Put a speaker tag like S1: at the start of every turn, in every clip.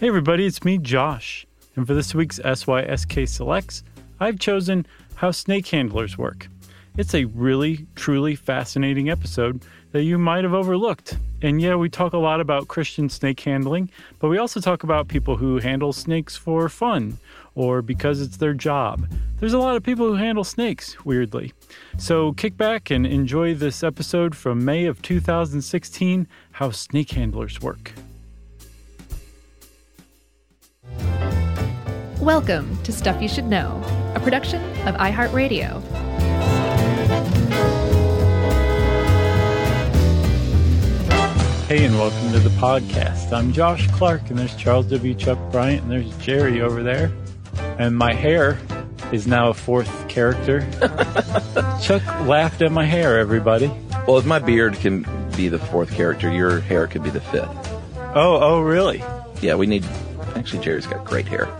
S1: Hey everybody, it's me, Josh. And for this week's SYSK Selects, I've chosen How Snake Handlers Work. It's a really, truly fascinating episode that you might have overlooked. And yeah, we talk a lot about Christian snake handling, but we also talk about people who handle snakes for fun or because it's their job. There's a lot of people who handle snakes, weirdly. So kick back and enjoy this episode from May of 2016 How Snake Handlers Work.
S2: Welcome to Stuff You Should Know, a production of iHeartRadio.
S1: Hey, and welcome to the podcast. I'm Josh Clark, and there's Charles W. Chuck Bryant, and there's Jerry over there. And my hair is now a fourth character. Chuck laughed at my hair, everybody.
S3: Well, if my beard can be the fourth character, your hair could be the fifth.
S1: Oh, oh, really?
S3: Yeah, we need. Actually, Jerry's got great hair.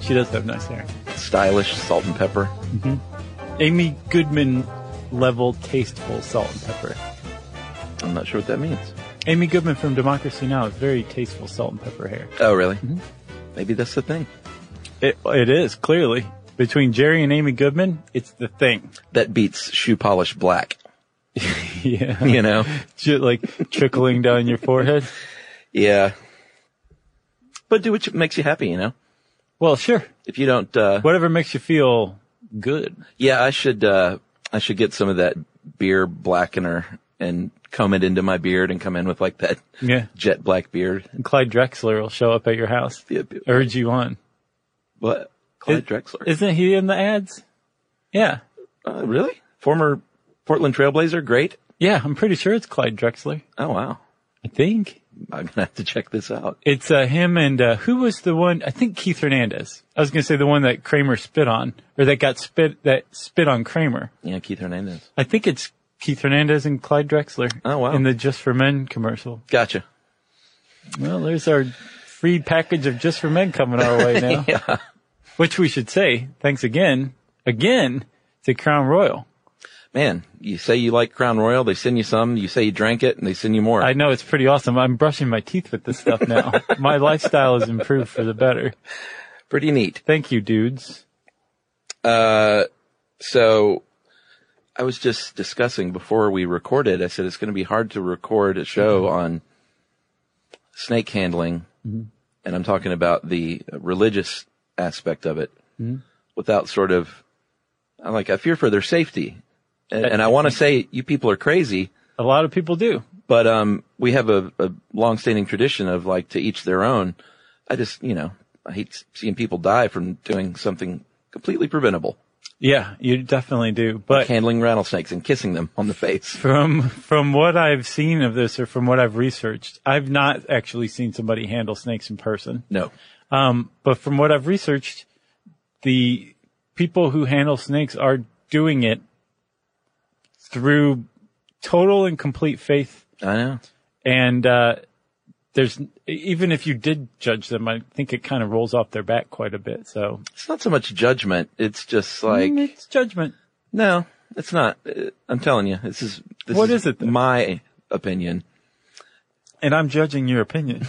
S1: She does have nice hair.
S3: Stylish, salt and pepper.
S1: Amy Goodman level tasteful salt and pepper.
S3: I'm not sure what that means.
S1: Amy Goodman from Democracy Now! is very tasteful salt and pepper hair.
S3: Oh, really? Maybe that's the thing.
S1: It, it is, clearly. Between Jerry and Amy Goodman, it's the thing.
S3: That beats shoe polish black.
S1: Yeah.
S3: You know?
S1: Ju- like trickling down your forehead.
S3: yeah. But do what makes you happy. You know.
S1: Well, sure.
S3: If you don't, uh,
S1: Whatever makes you feel good.
S3: yeah, I should. Uh, I should get some of that beer blackener and comb it into my beard and come in with like that
S1: Yeah.
S3: jet black beard.
S1: And Clyde Drexler will show up at your house,
S3: Yeah, but-
S1: urge you on.
S3: What? Clyde
S1: Is-
S3: Drexler.
S1: Isn't he in the ads? Yeah.
S3: Uh, really? Former Portland Trailblazer. Great.
S1: Yeah, I'm pretty sure it's Clyde Drexler.
S3: Oh wow.
S1: I think.
S3: I'm gonna have to check this out.
S1: It's uh, him and uh, who was the one? I think Keith Hernandez. I was going to say the one that Kramer spit on, or that got spit that spit on Kramer.
S3: Yeah, Keith Hernandez.
S1: I think it's Keith Hernandez and Clyde Drexler.
S3: Oh, wow.
S1: In the Just for Men commercial.
S3: Gotcha.
S1: Well, there's our free package of Just for Men coming our way now. Which we should say thanks again, again to Crown Royal.
S3: Man, you say you like Crown Royal, they send you some. You say you drank it, and they send you more.
S1: I know it's pretty awesome. I'm brushing my teeth with this stuff now. my lifestyle has improved for the better.
S3: Pretty neat.
S1: Thank you, dudes.
S3: So, I was just discussing before we recorded. I said it's going to be hard to record a show on snake handling, and I'm talking about the religious aspect of it, without sort of, I'm like I fear for their safety, and, and I want to say you people are crazy.
S1: A lot of people do.
S3: but um, we have a, a long-standing tradition of like to each their own. I just, you know, I hate seeing people die from doing something completely preventable,
S1: Yeah, you definitely do. But
S3: handling rattlesnakes and kissing them on the face.
S1: from from what I've seen of this or from what I've researched, I've not actually seen somebody handle snakes in person.
S3: No,
S1: Um, but from what I've researched, the people who handle snakes are doing it through total and complete faith
S3: I know.
S1: and uh, there's even if you did judge them, I think it kind of rolls off their back quite a bit. So
S3: It's not so much judgment. It's just like
S1: Mm, it's judgment.
S3: no, it's not. Uh, I'm telling you, this is this
S1: What
S3: is
S1: is it, though?
S3: My opinion.
S1: And I'm judging your opinion.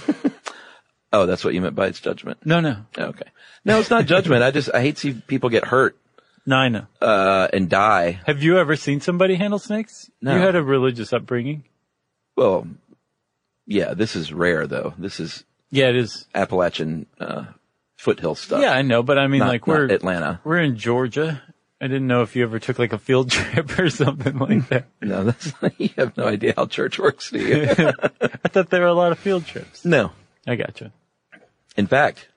S3: Oh, that's what you meant by it's judgment.
S1: no, no,
S3: Okay. No, it's not judgment. I just I hate seeing people get hurt
S1: no, I know.
S3: uh, and die.
S1: Have you ever seen somebody handle snakes?
S3: No.
S1: You had a religious upbringing.
S3: Well, yeah, this is rare though. This is
S1: Yeah, it is.
S3: Appalachian uh, foothill stuff.
S1: Yeah, I know, but I mean,
S3: not,
S1: like
S3: not
S1: we're
S3: Atlanta.
S1: we're in Georgia. I didn't know if you ever took like a field trip or something like that.
S3: No, that's you have no idea how church works, do you?
S1: I thought there were a lot of field trips.
S3: no,
S1: I gotcha.
S3: in fact,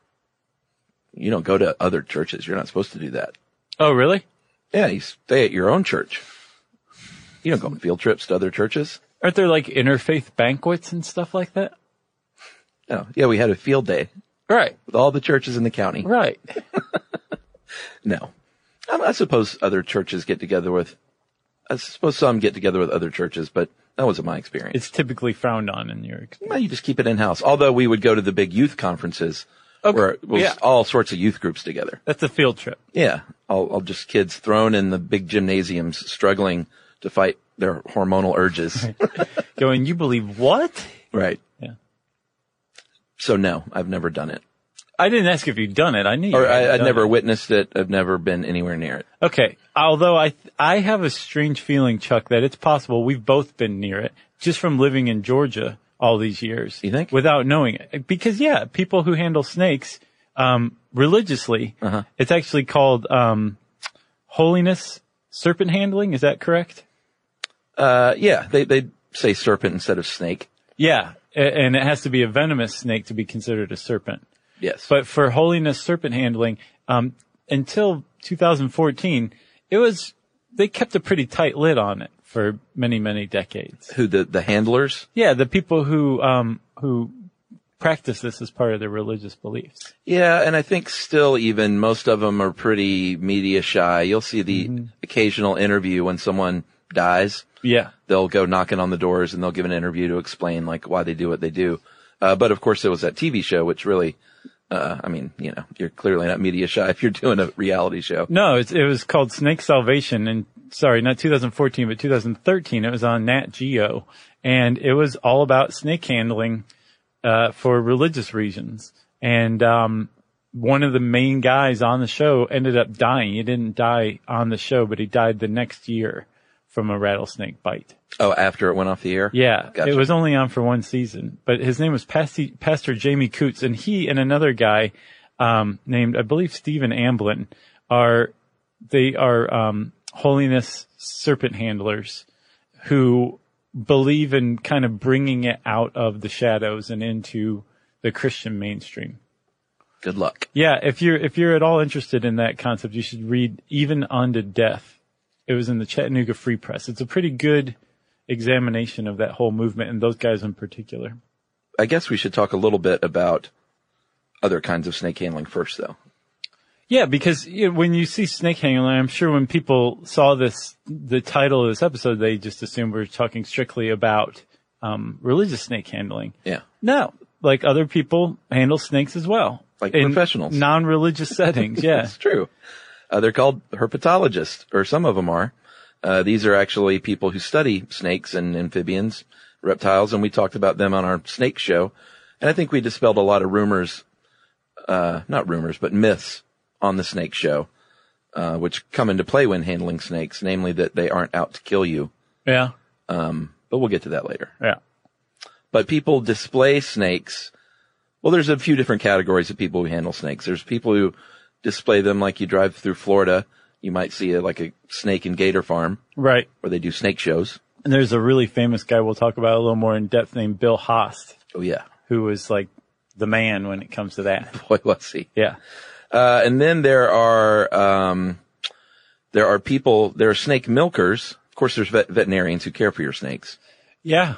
S3: you don't go to other churches. You're not supposed to do that.
S1: Oh, really?
S3: Yeah, you stay at your own church. You don't go on field trips to other churches.
S1: Aren't there like interfaith banquets and stuff like that?
S3: No, yeah, we had a field day
S1: Right,
S3: with all the churches in the county.
S1: right.
S3: No, I, I suppose other churches get together with. I suppose some get together with other churches, but that wasn't my experience.
S1: it's typically frowned on in your experience.
S3: Well, you just keep it in house. Although we would go to the big youth conferences
S1: Okay,
S3: where it was
S1: yeah.
S3: all sorts of youth groups together.
S1: That's a field trip.
S3: Yeah. All, all just kids thrown in the big gymnasiums struggling to fight their hormonal urges.
S1: Going, you believe what?
S3: right.
S1: Yeah.
S3: So no, I've never done it.
S1: I didn't ask if you'd done it. I knew. you
S3: Or
S1: hadn't
S3: I, I've
S1: done
S3: never
S1: it.
S3: witnessed it. I've never been anywhere near it.
S1: Okay. Although I, I have a strange feeling, Chuck, that it's possible we've both been near it just from living in Georgia all these years.
S3: You think?
S1: Without knowing it. Because yeah, people who handle snakes, um, religiously,
S3: Uh-huh.
S1: it's actually called, um, holiness serpent handling. Is that correct?
S3: Uh, yeah, they they say serpent instead of snake.
S1: Yeah. A- And it has to be a venomous snake to be considered a serpent.
S3: Yes,
S1: But for holiness serpent handling, um, until 2014, it was, they kept a pretty tight lid on it for many, many decades.
S3: who the the handlers?
S1: Yeah, the people who, um, who practice this as part of their religious beliefs.
S3: Yeah, and I think still even most of them are pretty media shy. You'll see the occasional interview when someone dies.
S1: Yeah.
S3: They'll go knocking on the doors and they'll give an interview to explain like why they do what they do. Uh, but of course, it was that TV show, which really, uh, I mean, you know, you're clearly not media shy if you're doing a reality show.
S1: No, it, it was called Snake Salvation and sorry, not 2014, but 2013. It was on Nat Geo and it was all about snake handling, uh, for religious reasons. And, um, one of the main guys on the show ended up dying. He didn't die on the show, but he died the next year from a rattlesnake bite.
S3: Oh, after it went off the air?
S1: Yeah,
S3: Gotcha.
S1: it was only on for one season, but his name was Pasty, Pastor Jamie Coots, and he and another guy um, named, I believe, Stephen Amblin are they are um, holiness serpent handlers who believe in kind of bringing it out of the shadows and into the Christian mainstream.
S3: Good luck.
S1: Yeah, if you're if you're at all interested in that concept, you should read Even Unto Death. It was in the Chattanooga Free Press. It's a pretty good examination of that whole movement and those guys in particular.
S3: I guess we should talk a little bit about other kinds of snake handling first, though.
S1: Yeah, because you know, when you see snake handling, I'm sure when people saw this, the title of this episode, they just assumed we are talking strictly about um, religious snake handling.
S3: Yeah.
S1: No, like other people handle snakes as well,
S3: Like
S1: in
S3: professionals.
S1: non-religious settings. Yeah,
S3: It's true. Uh, they're called herpetologists, or some of them are. Uh, these are actually people who study snakes and amphibians, reptiles, and we talked about them on our snake show. And I think we dispelled a lot of rumors, uh, not rumors, but myths on the snake show, uh, which come into play when handling snakes, namely that they aren't out to kill you.
S1: yeah,
S3: But we'll get to that later.
S1: yeah.
S3: but people display snakes. Well, there's a few different categories of people who handle snakes. There's people who display them like you drive through Florida. You might see a, like a snake and gator farm
S1: Right.
S3: where they do snake shows.
S1: And there's a really famous guy we'll talk about a little more in depth named Bill Host,
S3: Oh yeah.
S1: who was like the man when it comes to that.
S3: Boy, was he.
S1: Yeah.
S3: Uh, and then there are, um, there are people, there are snake milkers. Of course, there's vet- veterinarians who care for your snakes.
S1: Yeah.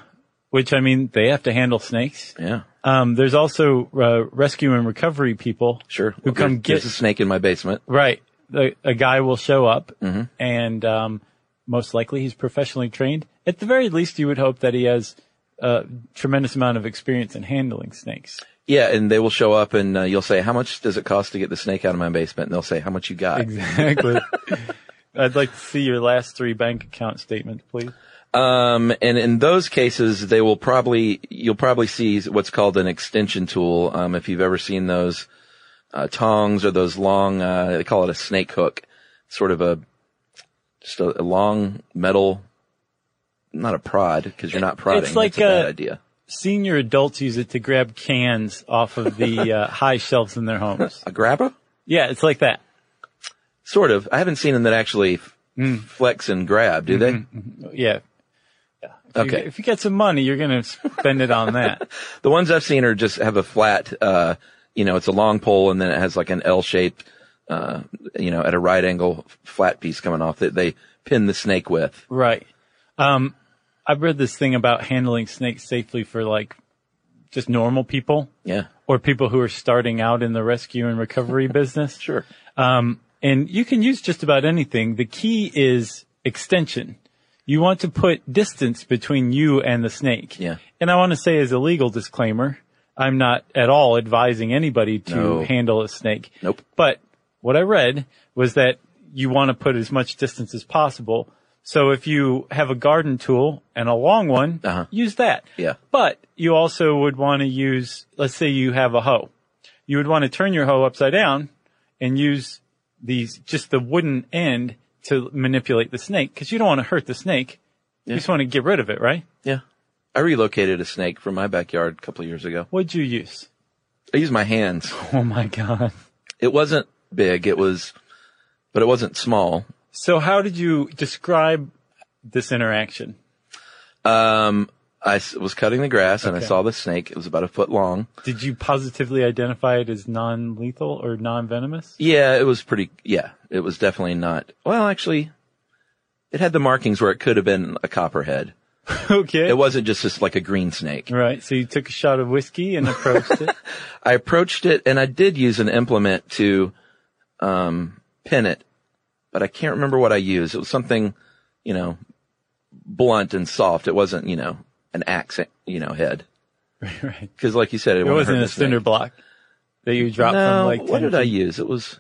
S1: Which I mean, they have to handle snakes.
S3: Yeah.
S1: Um, there's also uh, rescue and recovery people.
S3: Sure.
S1: Who come
S3: Well, there's- there's
S1: get
S3: a snake in my basement.
S1: right. The, a guy will show up, and um, most likely he's professionally trained. At the very least, you would hope that he has a tremendous amount of experience in handling snakes.
S3: Yeah. And they will show up and uh, you'll say, how much does it cost to get the snake out of my basement? And they'll say, how much you got?
S1: Exactly. I'd like to see your last three bank account statements, please.
S3: Um, and in those cases, they will probably, you'll probably see what's called an extension tool. Um, if you've ever seen those, uh, tongs or those long, uh, they call it a snake hook, sort of a, just a, a long metal, not a prod, cause you're not prodding.
S1: it's like
S3: That's a bad
S1: a-
S3: idea.
S1: senior adults use it to grab cans off of the uh, high shelves in their homes.
S3: A grabber?
S1: Yeah, it's like that.
S3: Sort of. I haven't seen them that actually f-
S1: Hmm.
S3: flex and grab,
S1: Mm-hmm.
S3: do they?
S1: Yeah. If You,
S3: Okay.
S1: if you get some money, you're going to spend it on that.
S3: The ones I've seen are just have a flat, uh, you know, it's a long pole and then it has like an L shaped, uh, you know, at a right angle f- flat piece coming off that they pin the snake with.
S1: right. Um, I've read this thing about handling snakes safely for like just normal people
S3: Yeah.
S1: or people who are starting out in the rescue and recovery business.
S3: Sure.
S1: Um, and you can use just about anything. The key is extension. You want to put distance between you and the snake.
S3: Yeah.
S1: And I want to say as a legal disclaimer, I'm not at all advising anybody to
S3: No.
S1: handle a snake.
S3: Nope.
S1: But what I read was that you want to put as much distance as possible So if you have a garden tool and a long one,
S3: Uh-huh.
S1: use that.
S3: Yeah.
S1: But you also would want to use, let's say you have a hoe. You would want to turn your hoe upside down and use these, just the wooden end to manipulate the snake because you don't want to hurt the snake. You just want to get rid of it, right?
S3: Yeah. I relocated a snake from my backyard a couple of years ago.
S1: What'd you use?
S3: I used my hands.
S1: Oh my God.
S3: It wasn't big. It was, but it wasn't small.
S1: So how did you describe this interaction?
S3: Um, I s- was cutting the grass and I
S1: Okay.
S3: saw this snake. It was about a foot long.
S1: Did you positively identify it as non-lethal or non-venomous?
S3: Yeah, it was pretty. Yeah, it was definitely not. Well, actually, it had the markings where it could have been a copperhead.
S1: okay.
S3: It wasn't just just like a green snake.
S1: Right. So you took a shot of whiskey and approached it.
S3: I approached it and I did use an implement to um, pin it, but I can't remember what I used. It was something, you know, blunt and soft. It wasn't, you know, an axe, you know, head.
S1: right.
S3: Because, like you said, it,
S1: It wasn't a cinder block that you dropped
S3: No,
S1: from like 10
S3: what did I
S1: feet.
S3: use? It was,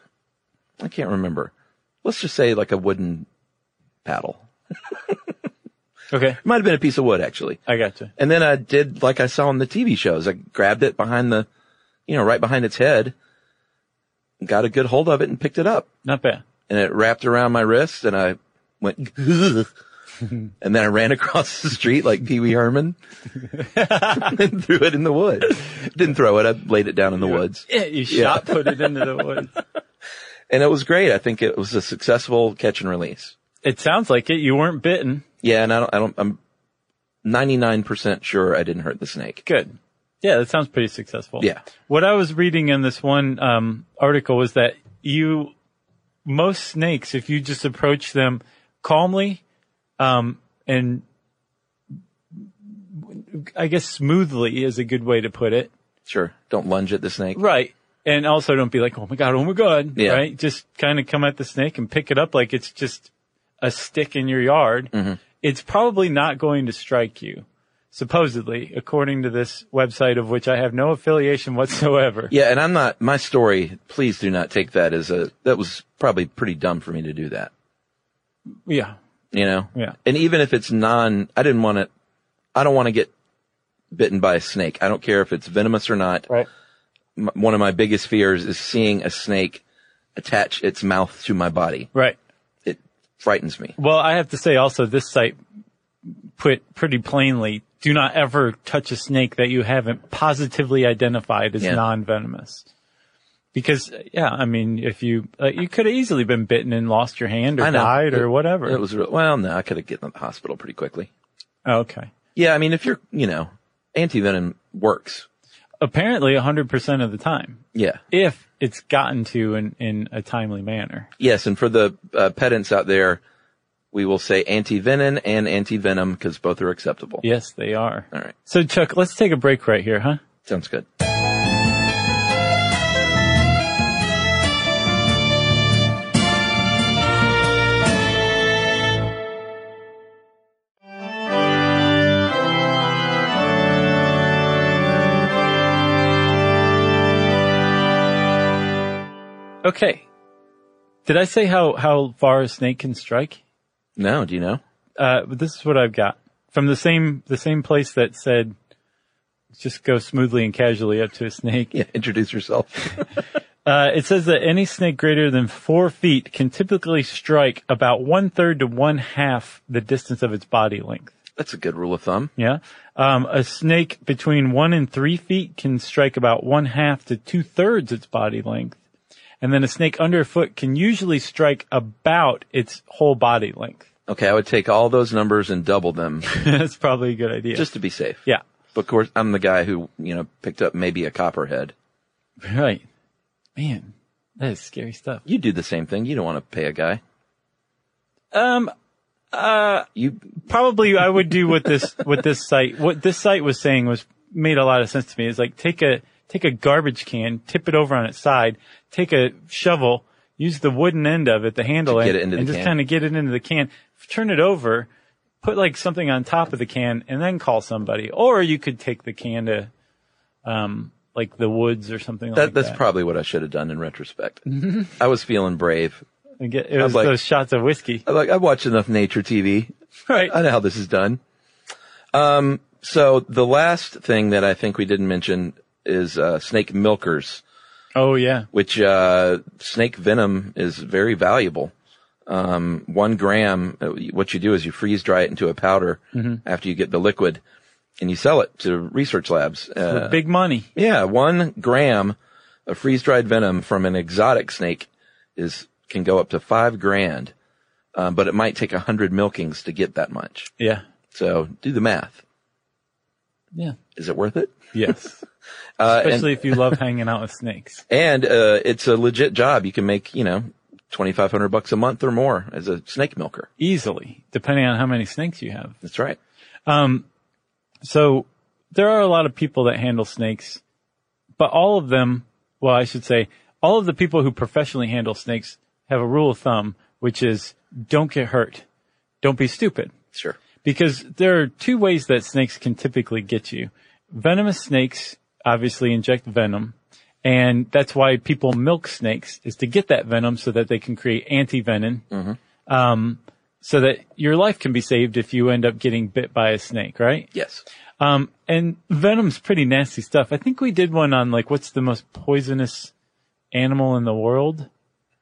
S3: I can't remember. Let's just say like a wooden paddle.
S1: Okay.
S3: It might have been a piece of wood actually.
S1: I gotcha.
S3: And then I did like I saw on the TV shows. I grabbed it behind the, you know, right behind its head, got a good hold of it and picked it up.
S1: Not bad.
S3: and it wrapped around my wrist and I went, and then I ran across the street like Pee Wee Herman and threw it in the wood. Didn't throw it. I laid it down in the woods
S1: Yeah, you shot put it into the woods.
S3: and it was great. I think it was a successful catch and release.
S1: It sounds like it. You weren't bitten.
S3: Yeah. And I don't, I don't, I'm 99% sure I didn't hurt the snake.
S1: Good. Yeah, that sounds pretty successful.
S3: Yeah.
S1: What I was reading in this one um, article was that you, most snakes, if you just approach them calmly um, and I guess smoothly is a good way to put it.
S3: Sure. Don't lunge at the snake.
S1: Right. And also don't be like, oh my God, oh my God.
S3: Yeah.
S1: Right. Just kind of come at the snake and pick it up like it's just a stick in your yard.
S3: Mm-hmm.
S1: It's probably not going to strike you, supposedly, according to this website of which I have no affiliation whatsoever.
S3: Yeah. And I'm not, my story, please do not take that as a, that was probably pretty dumb for me to do that.
S1: Yeah.
S3: you know?
S1: Yeah.
S3: And even if it's non, I didn't want to, I don't want to get bitten by a snake. I don't care if it's venomous or not.
S1: Right.
S3: M- one of my biggest fears is seeing a snake attach its mouth to my body.
S1: Right.
S3: It frightens me.
S1: Well, I have to say also this site put pretty plainly, do not ever touch a snake that you haven't positively identified as
S3: Yeah.
S1: non-venomous. Because yeah, I mean, if you uh, you could have easily been bitten and lost your hand or
S3: I know.
S1: died or
S3: It-
S1: whatever.
S3: It was real, well, no, I could have gotten to the hospital pretty quickly.
S1: okay.
S3: Yeah. I mean, if you're, you know, anti-venom works.
S1: Apparently 100% of the time
S3: Yeah.
S1: if it's gotten to in in a timely manner.
S3: Yes. And for the uh, pedants out there, we will say anti-venom and anti-venom because both are acceptable.
S1: Yes, they are.
S3: All right.
S1: So Chuck, let's take a break right here, huh?
S3: Sounds good.
S1: Okay. Did I say how how far a snake can strike?
S3: No, do you know?
S1: uh, but this is what I've got from the same the same place that said just go smoothly and casually up to a snake.
S3: Yeah. Introduce yourself.
S1: Uh, it says that any snake greater than four feet can typically strike about one third to one half the distance of its body length.
S3: That's a good rule of thumb.
S1: Yeah, um, a snake between one and three feet can strike about one half to two thirds its body length, and then a snake under a foot can usually strike about its whole body length.
S3: Okay, I would take all those numbers and double them
S1: That's probably a good idea.
S3: just to be safe.
S1: yeah,
S3: But of course, I'm the guy who, you know, picked up maybe a copperhead.
S1: Right. Man, that is scary stuff.
S3: You do the same thing. You don't want to pay a guy.
S1: Um, uh,
S3: You,
S1: probably I would do what this, what this site, what this site was saying was made a lot of sense to me. It's like take a, take a garbage can, tip it over on its side, take a shovel, use the wooden end of it, the handle
S3: To
S1: end,
S3: get it into
S1: and
S3: the
S1: just
S3: can.
S1: kind of get it into the can, turn it over, put like something on top of the can and then call somebody. Or you could take the can to, um, like the woods or something
S3: that,
S1: like
S3: that's
S1: that.
S3: probably what I should have done in retrospect. I was feeling brave.
S1: And get, it was
S3: like-
S1: those shots of whiskey.
S3: I Like I've watched enough nature TV.
S1: Right.
S3: I know how this is done. Um, so the last thing that I think we didn't mention is uh, snake milkers,
S1: Oh yeah.
S3: which uh, snake venom is very valuable. Um, one gram. uh, What you do is you freeze dry it into a powder after you get the liquid, and you sell it to research labs. Uh,
S1: Big money.
S3: yeah, one gram of freeze dried venom from an exotic snake is can go up to five grand, um, but it might take a hundred milkings to get that much.
S1: Yeah.
S3: So do the math.
S1: Yeah.
S3: Is it worth it?
S1: Yes.
S3: Uh, and-
S1: Especially if you love hanging out with snakes.
S3: and, uh, it's a legit job. You can make you know twenty five hundred bucks a month or more as a snake milker.
S1: Easily, depending on how many snakes you have.
S3: That's right.
S1: So there are a lot of people that handle snakes, but all of them, well, I should say, all of the people who professionally handle snakes have a rule of thumb, which is don't get hurt. Don't be stupid.
S3: Sure.
S1: Because there are two ways that snakes can typically get you. Venomous snakes obviously inject venom. And that's why people milk snakes is to get that venom so that they can create anti-venom. Um, so that your life can be saved if you end up getting bit by a snake, right?
S3: Yes.
S1: Um, and venom's pretty nasty stuff. I think we did one on like what's the most poisonous animal in the world.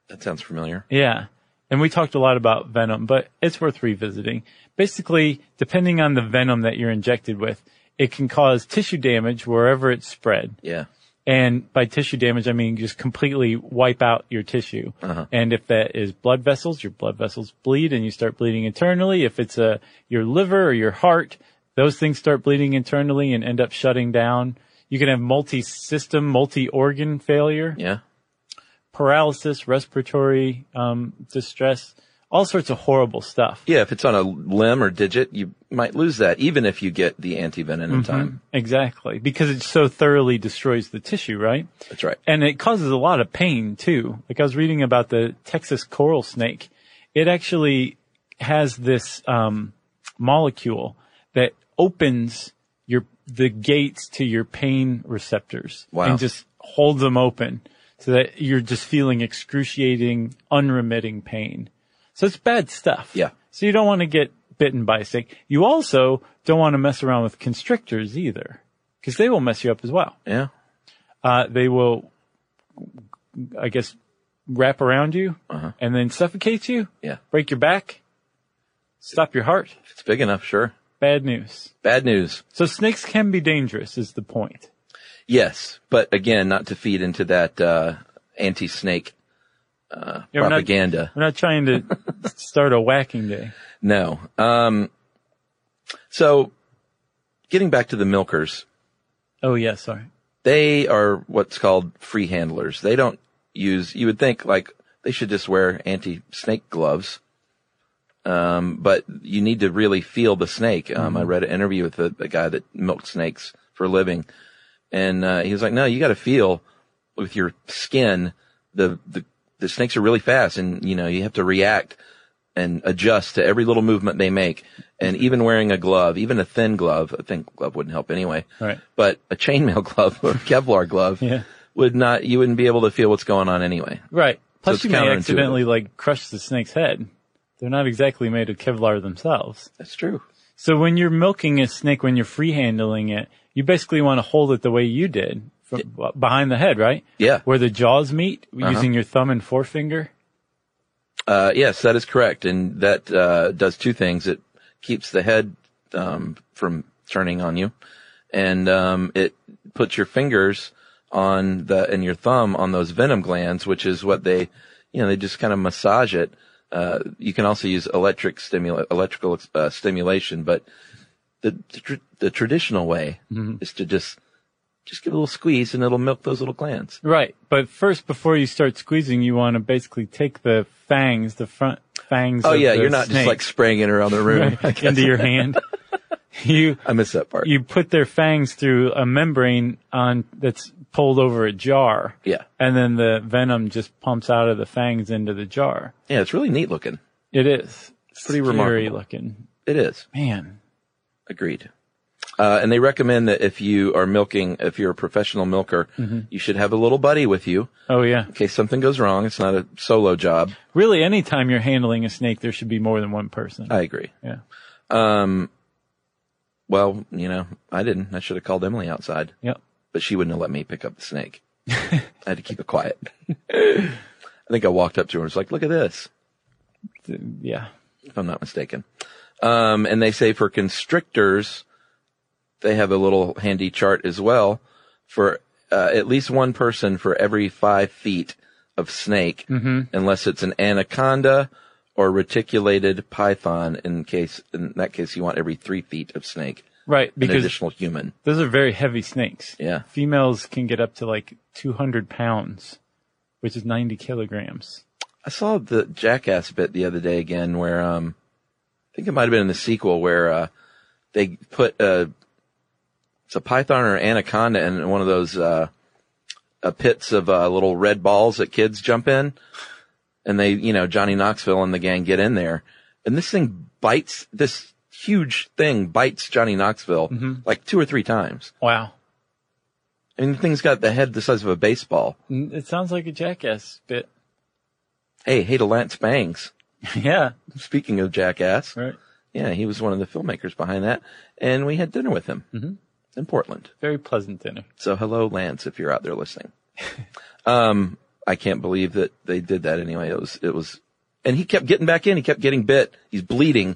S3: That sounds familiar.
S1: Yeah. And we talked a lot about venom, but it's worth revisiting. Basically, depending on the venom that you're injected with, it can cause tissue damage wherever it's spread.
S3: Yeah.
S1: And by tissue damage, I mean just completely wipe out your tissue. And if that is blood vessels, your blood vessels bleed and you start bleeding internally. If it's a, your liver or your heart, those things start bleeding internally and end up shutting down. You can have multi-system, multi-organ failure
S3: Yeah.
S1: paralysis, respiratory um, distress, all sorts of horrible stuff.
S3: Yeah. If it's on a limb or digit, you might lose that, even if you get the anti venom in
S1: Mm-hmm.
S3: time.
S1: Exactly, because it so thoroughly destroys the tissue, right?
S3: That's right.
S1: And it causes a lot of pain too. Like I was reading about the Texas coral snake. It actually has this um, molecule that opens your the gates to your pain receptors
S3: Wow.
S1: and just holds them open so that you're just feeling excruciating, unremitting pain. So it's bad stuff.
S3: Yeah.
S1: So you don't want to get bitten by a snake. You also don't want to mess around with constrictors either because they will mess you up as well
S3: Yeah.
S1: uh, they will, I guess, wrap around you
S3: Uh-huh.
S1: and then suffocate you,
S3: Yeah.
S1: break your back, stop your heart.
S3: If it's big enough, sure.
S1: Bad news.
S3: Bad news.
S1: So snakes can be dangerous is the point.
S3: Yes, but again, not to feed into that uh, anti-snake
S1: Yeah, we're not-
S3: propaganda.
S1: We're not trying to start a whacking day.
S3: No. Um, so, getting back to the milkers,
S1: Oh yeah, sorry.
S3: they are what's called free handlers. They don't use. You would think like they should just wear anti-snake gloves. Um, but you need to really feel the snake. Um, I read an interview with a, a guy that milked snakes for a living, and uh, he was like, "No, you got to feel with your skin. The the the snakes are really fast, and you know you have to react and adjust to every little movement they make. And even wearing a glove, even a thin glove, a thin glove wouldn't help anyway.
S1: Right.
S3: But a chainmail glove or Kevlar glove
S1: Yeah.
S3: would not. You wouldn't be able to feel what's going on anyway.
S1: Right. Plus
S3: it's
S1: you may
S3: counterintuitive.
S1: accidentally like crush the snake's head. They're not exactly made of Kevlar themselves.
S3: That's true.
S1: So when you're milking a snake, when you're free handling it, you basically want to hold it the way you did from behind the head, right?
S3: Yeah. Uh-huh.
S1: Where the jaws meet using your thumb and forefinger.
S3: Uh, yes, that is correct, and that uh, does two things. It keeps the head um, from turning on you, and um, it puts your fingers on the and your thumb on those venom glands, which is what they, you know, they just kind of massage it. Uh, you can also use electric stimula, electrical uh, stimulation, but the the, tr- the traditional way
S1: Mm-hmm.
S3: is to just just give it a little squeeze and it'll milk those little glands.
S1: Right. But first, before you start squeezing, you want to basically take the fangs, the front fangs.
S3: Oh
S1: of
S3: yeah,
S1: the
S3: you're not
S1: snake
S3: just like spraying it around the room. I guess.
S1: into your hand. you
S3: I missed that part.
S1: you put their fangs through a membrane on that's pulled over a jar.
S3: Yeah.
S1: And then the venom just pumps out of the fangs into the jar.
S3: Yeah, it's really neat looking.
S1: It is. It's
S3: pretty
S1: scary
S3: remarkable.
S1: looking.
S3: It is.
S1: Man.
S3: Agreed. Uh, and they recommend that if you are milking, if you're a professional milker, you should have a little buddy with you
S1: Oh yeah.
S3: in case something goes wrong. It's not a solo job.
S1: Really, anytime you're handling a snake, there should be more than one person.
S3: I agree.
S1: yeah.
S3: Um, Well, you know, I didn't. I should have called Emily outside,
S1: Yep.
S3: but she wouldn't have let me pick up the snake. I had to keep it quiet. I think I walked up to her and was like, look at this,
S1: Th- Yeah.
S3: if I'm not mistaken. Um, and they say for constrictors, they have a little handy chart as well for uh, at least one person for every five feet of snake, unless it's an anaconda or reticulated python. In case, in that case, you want every three feet of snake,
S1: Right.
S3: an
S1: Because
S3: additional human.
S1: those are very heavy snakes.
S3: Yeah.
S1: Females can get up to like 200 pounds, which is 90 kilograms.
S3: I saw the Jackass bit the other day again, where um, I think it might have been in the sequel where uh, they put a it's a python or anaconda in one of those uh, uh, pits of uh, little red balls that kids jump in, and they you know Johnny Knoxville and the gang get in there, and this thing bites this huge thing bites Johnny Knoxville like two or three times.
S1: Wow.
S3: I mean, the thing's got the head the size of a baseball.
S1: N- It sounds like a jackass bit.
S3: Hey, hey to Lance Bangs.
S1: yeah.
S3: Speaking of Jackass.
S1: Right.
S3: Yeah, he was one of the filmmakers behind that, and we had dinner with him in Portland.
S1: Very pleasant dinner.
S3: So hello, Lance, if you're out there listening. um, I can't believe that they did that anyway. It was it was, and he kept getting back in. He kept getting bit. He's bleeding,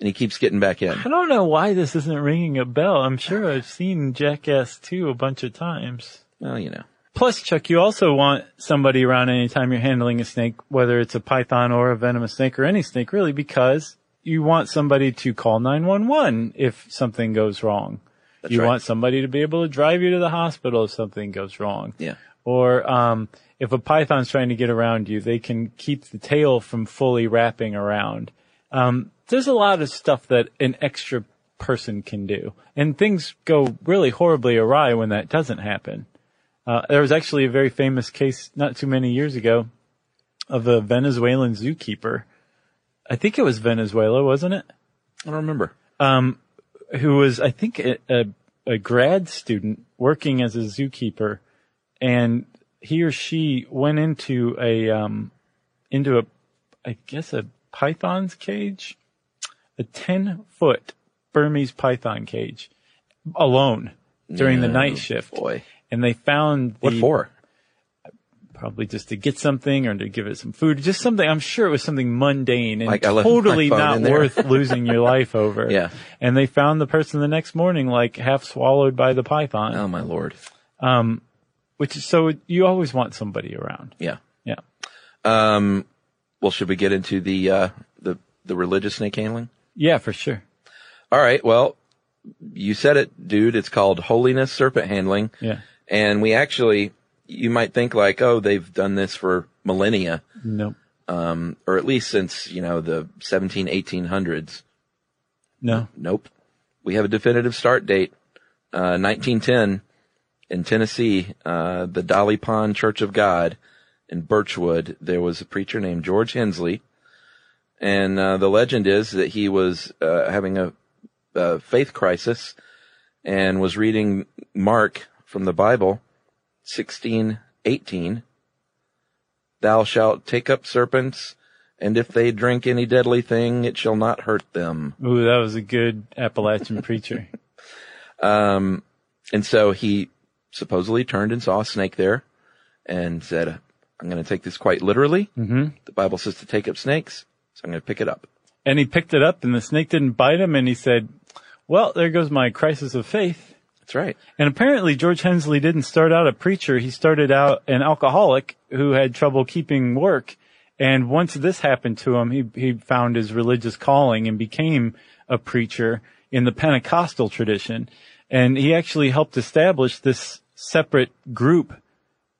S3: and he keeps getting back in.
S1: I don't know why this isn't ringing a bell. I'm sure I've seen Jackass 2 a bunch of times.
S3: Well, you know,
S1: Plus, Chuck, you also want somebody around anytime you're handling a snake, whether it's a python or a venomous snake or any snake really, because you want somebody to call 911 if something goes wrong. you
S3: right.
S1: want somebody to be able to drive you to the hospital if something goes wrong.
S3: yeah,
S1: Or, um, if a python's trying to get around you, they can keep the tail from fully wrapping around. Um, there's a lot of stuff that an extra person can do. And things go really horribly awry when that doesn't happen. Uh, there was actually a very famous case not too many years ago of a Venezuelan zookeeper. I think it was Venezuela, wasn't it?
S3: I don't remember.
S1: who was, I think, a, a, a grad student working as a zookeeper, and he or she went into a um, into a, I guess, a python's cage, a ten foot Burmese python cage, alone during the night shift,
S3: Boy,
S1: and they found the
S3: what for?
S1: probably just to get something or to give it some food, just something. I'm sure it was something mundane and
S3: Like, I left my
S1: totally
S3: phone
S1: not
S3: in there.
S1: worth losing your life over.
S3: Yeah.
S1: And they found the person the next morning, like half swallowed by the python,
S3: Oh my lord.
S1: which is so you always want somebody around.
S3: Yeah.
S1: Yeah.
S3: Um. Well, should we get into the uh, the the religious snake handling?
S1: Yeah, for sure.
S3: All right. Well, you said it, dude. It's called holiness serpent handling.
S1: Yeah.
S3: And we actually, you might think like, oh, they've done this for millennia,
S1: No,
S3: um, or at least since, you know, the 17, 1800s.
S1: no.
S3: Nope. We have a definitive start date, uh, 1910 in Tennessee, uh, the Dolly Pond Church of God in Birchwood. There was a preacher named George Hensley. And, uh, the legend is that he was, uh, having a, a faith crisis and was reading Mark from the Bible, 16, 18. Thou shalt take up serpents, and if they drink any deadly thing, it shall not hurt them.
S1: Ooh, that was a good Appalachian preacher.
S3: And so he supposedly turned and saw a snake there and said, I'm going to take this quite literally. Mm-hmm. The Bible says to take up snakes, so I'm going to pick it up.
S1: And he picked it up, and the snake didn't bite him, and he said, "Well, there goes my crisis of faith."
S3: That's right.
S1: And apparently George Hensley didn't start out a preacher. He started out an alcoholic who had trouble keeping work. And once this happened to him, he, he found his religious calling and became a preacher in the Pentecostal tradition. And he actually helped establish this separate group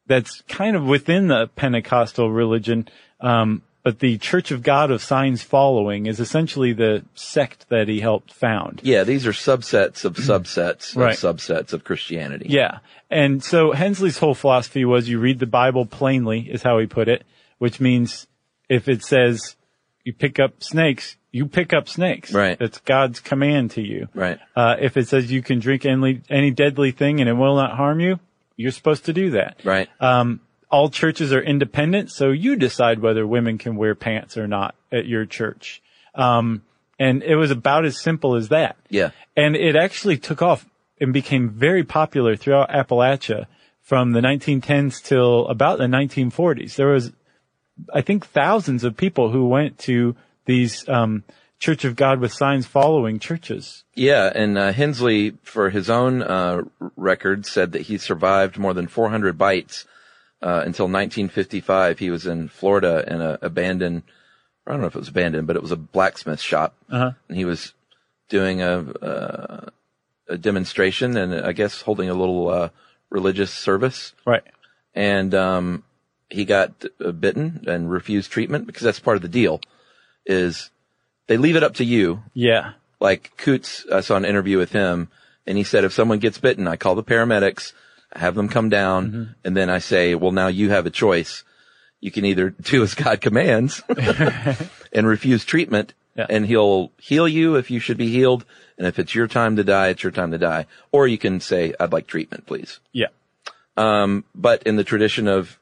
S1: that's kind of within the Pentecostal religion. Um, but the Church of God of Signs following is essentially the sect that he helped found.
S3: Yeah, these are subsets of subsets
S1: Right.
S3: of subsets of Christianity.
S1: Yeah. And so Hensley's whole philosophy was you read the Bible plainly, is how he put it, which means if it says you pick up snakes, you pick up snakes.
S3: Right.
S1: That's God's command to you.
S3: Right.
S1: Uh, if it says you can drink any, any deadly thing and it will not harm you, you're supposed to do that.
S3: Right.
S1: Um, all churches are independent, so you decide whether women can wear pants or not at your church. Um, and it was about as simple as that.
S3: Yeah.
S1: And it actually took off and became very popular throughout Appalachia from the 1910s till about the 1940s. There was, I think, thousands of people who went to these, um, Church of God with signs following churches.
S3: Yeah, and uh, Hensley, for his own uh, r- record, said that he survived more than 400 bites uh, until 1955. He was in Florida in a abandoned, I don't know if it was abandoned, but it was a blacksmith shop, and he was doing a uh, a demonstration and I guess holding a little uh, religious service,
S1: Right.
S3: and um, he got uh, bitten and refused treatment because that's part of the deal. Is they leave it up to you
S1: Yeah.
S3: like Coots, I saw an interview with him, and he said, if someone gets bitten, I call the paramedics, I have them come down, and then I say, well, now you have a choice. You can either do as God commands and refuse treatment,
S1: Yeah.
S3: and he'll heal you if you should be healed, and if it's your time to die, it's your time to die. Or you can say, I'd like treatment, please.
S1: Yeah.
S3: But in the tradition of,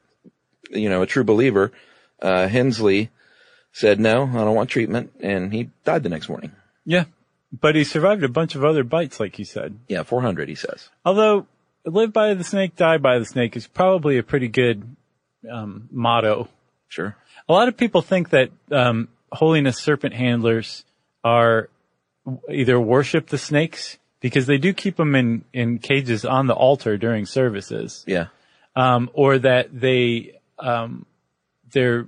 S3: you know, a true believer, uh, Hensley said, no, I don't want treatment, and he died the next morning.
S1: Yeah. But he survived a bunch of other bites, like you said.
S3: Yeah, 400, he says.
S1: Although, live by the snake, die by the snake is probably a pretty good um, motto.
S3: Sure.
S1: A lot of people think that um, holiness serpent handlers are w- either worship the snakes because they do keep them in, in cages on the altar during services,
S3: Yeah.
S1: um, or that they um, they're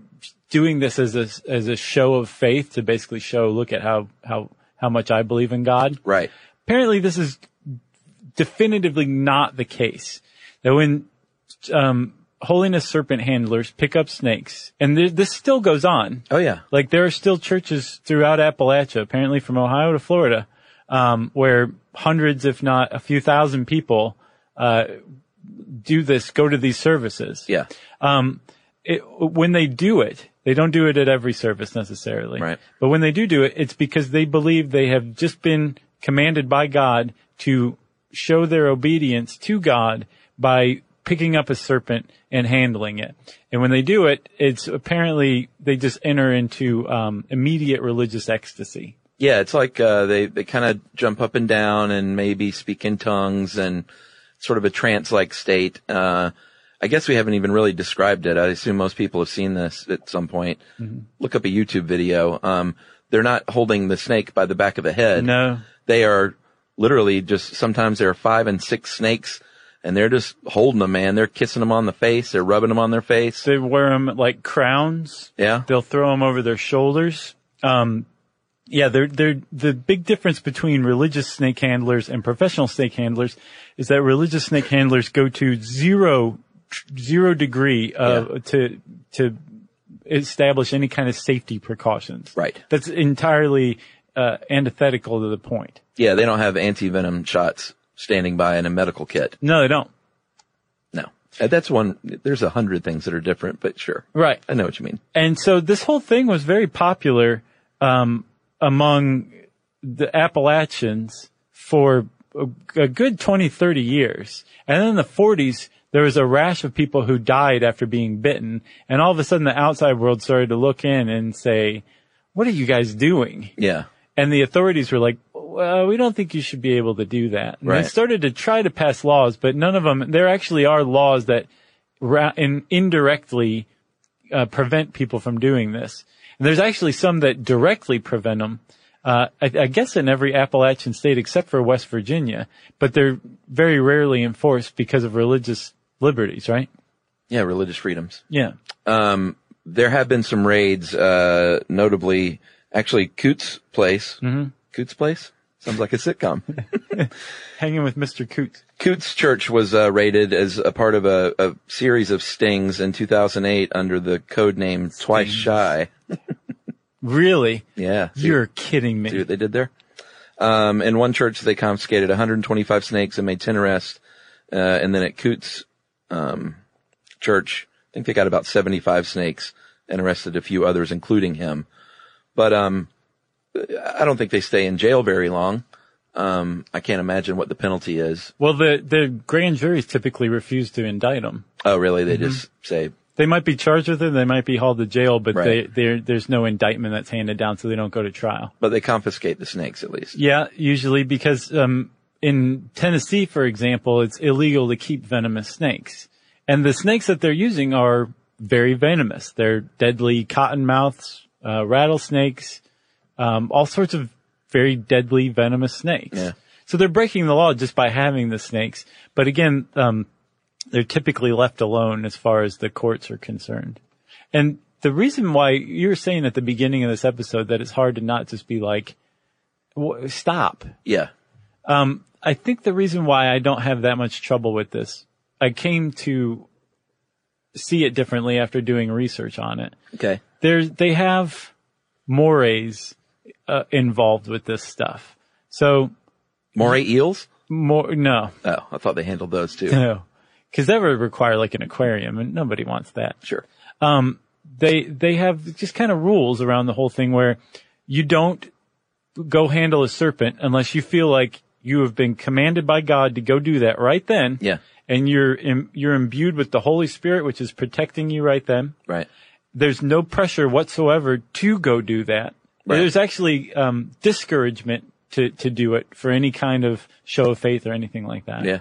S1: doing this as a as a show of faith to basically show, look at how how how much I believe in God.
S3: Right.
S1: apparently this is definitively not the case. That when um, holiness serpent handlers pick up snakes, and th- this still goes on.
S3: Oh yeah.
S1: Like there are still churches throughout Appalachia, apparently from Ohio to Florida, um, where hundreds, if not a few thousand people, uh, do this, go to these services.
S3: Yeah.
S1: Um, it, when they do it, they don't do it at every service necessarily.
S3: Right.
S1: But when they do do it, it's because they believe they have just been commanded by God to show their obedience to God by picking up a serpent and handling it. And when they do it, it's apparently they just enter into um, immediate religious ecstasy.
S3: Yeah. It's like, uh, they, they kind of jump up and down and maybe speak in tongues and sort of a trance-like state. Uh, I guess we haven't even really described it. I assume most people have seen this at some point. Look up a YouTube video. Um, they're not holding the snake by the back of the head.
S1: No.
S3: They are literally just, sometimes there are five and six snakes and they're just holding them, man. They're kissing them on the face. They're rubbing them on their face.
S1: They wear them like crowns.
S3: Yeah.
S1: They'll throw them over their shoulders. Um, yeah, they're, they're, the big difference between religious snake handlers and professional snake handlers is that religious snake handlers go to zero, zero degree of,
S3: Yeah.
S1: to, to establish any kind of safety precautions.
S3: Right.
S1: That's entirely, uh, antithetical to the point.
S3: Yeah. They don't have anti-venom shots standing by in a medical kit.
S1: No, they don't.
S3: No. Uh, That's one. There's a hundred things that are different, but sure.
S1: Right.
S3: I know what you mean.
S1: and so this whole thing was very popular um, among the Appalachians for a, a good 20, 30 years. And then in the 40s, there was a rash of people who died after being bitten. And all of a sudden, the outside world started to look in and say, What are you guys doing?
S3: Yeah.
S1: And the authorities were like, well, we don't think you should be able to do that. And
S3: Right.
S1: They started to try to pass laws, but none of them, there actually are laws that ra- in, indirectly uh, prevent people from doing this. And there's actually some that directly prevent them. Uh, I, I guess in every Appalachian state except for West Virginia, but they're very rarely enforced because of religious liberties, right?
S3: Yeah. Religious freedoms.
S1: Yeah.
S3: Um, there have been some raids, uh, notably actually Coots place. Mm-hmm. Coots place sounds like a sitcom.
S1: Hanging with Mr. Coots.
S3: Coots Church was uh, raided as a part of a, a series of stings in 2008 under the code name Twice Shy.
S1: Really?
S3: Yeah. See-
S1: You're kidding me.
S3: See what they did there? Um, in one church, they confiscated 125 snakes and made 10 arrests. Uh, and then at Coots, um, church, I think they got about 75 snakes and arrested a few others, including him. But um, I don't think they stay in jail very long. Um, I can't imagine what the penalty is.
S1: Well, the, the grand juries typically refuse to indict them.
S3: Oh, really?
S1: Mm-hmm.
S3: They just say,
S1: They might be charged with it, they might be hauled to jail, but
S3: Right.
S1: they, there- there's no indictment that's handed down, so they don't go to trial.
S3: but they confiscate the snakes at least.
S1: Yeah, usually because um, in Tennessee, for example, it's illegal to keep venomous snakes, and the snakes that they're using are very venomous. They're deadly cottonmouths, uh, rattlesnakes, um, all sorts of very deadly venomous snakes.
S3: Yeah.
S1: So they're breaking the law just by having the snakes. But again, um, they're typically left alone as far as the courts are concerned. And the reason why you were saying at the beginning of this episode that it's hard to not just be like, w- stop.
S3: Yeah.
S1: I think the reason why I don't have that much trouble with this, I came to see it differently after doing research on it.
S3: Okay.
S1: There's, they have mores uh, involved with this stuff. So
S3: Moray eels?
S1: more, no,
S3: Oh, I thought they handled those too.
S1: no, cause that would require like an aquarium and nobody wants that.
S3: sure.
S1: they they have just kind of rules around the whole thing where you don't go handle a serpent unless you feel like you have been commanded by God to go do that right then.
S3: Yeah.
S1: And you're Im- you're imbued with the Holy Spirit, which is protecting you right then.
S3: Right.
S1: There's no pressure whatsoever to go do that.
S3: Right.
S1: There's actually um, discouragement to to do it for any kind of show of faith or anything like that.
S3: Yeah.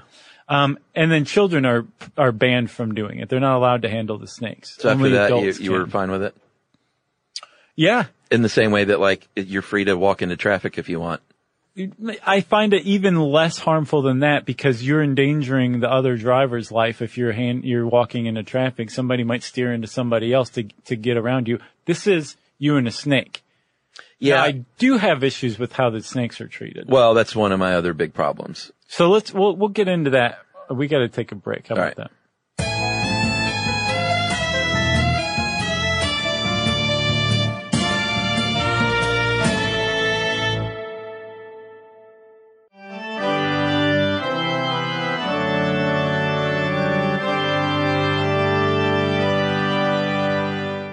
S1: Um, and then children are are banned from doing it. They're not allowed to handle the snakes.
S3: So after
S1: Only
S3: that, you,
S1: adults
S3: you were
S1: can.
S3: fine with it?
S1: yeah.
S3: In the same way that like you're free to walk into traffic if you want.
S1: I find it even less harmful than that because you're endangering the other driver's life if you're hand, you're walking into traffic. Somebody might steer into somebody else to to get around you. This is you and a snake.
S3: Yeah.
S1: Now, I do have issues with how the snakes are treated.
S3: well, that's one of my other big problems.
S1: so let's we'll we'll get into that. We got to take a break. How
S3: All
S1: about
S3: right.
S1: that?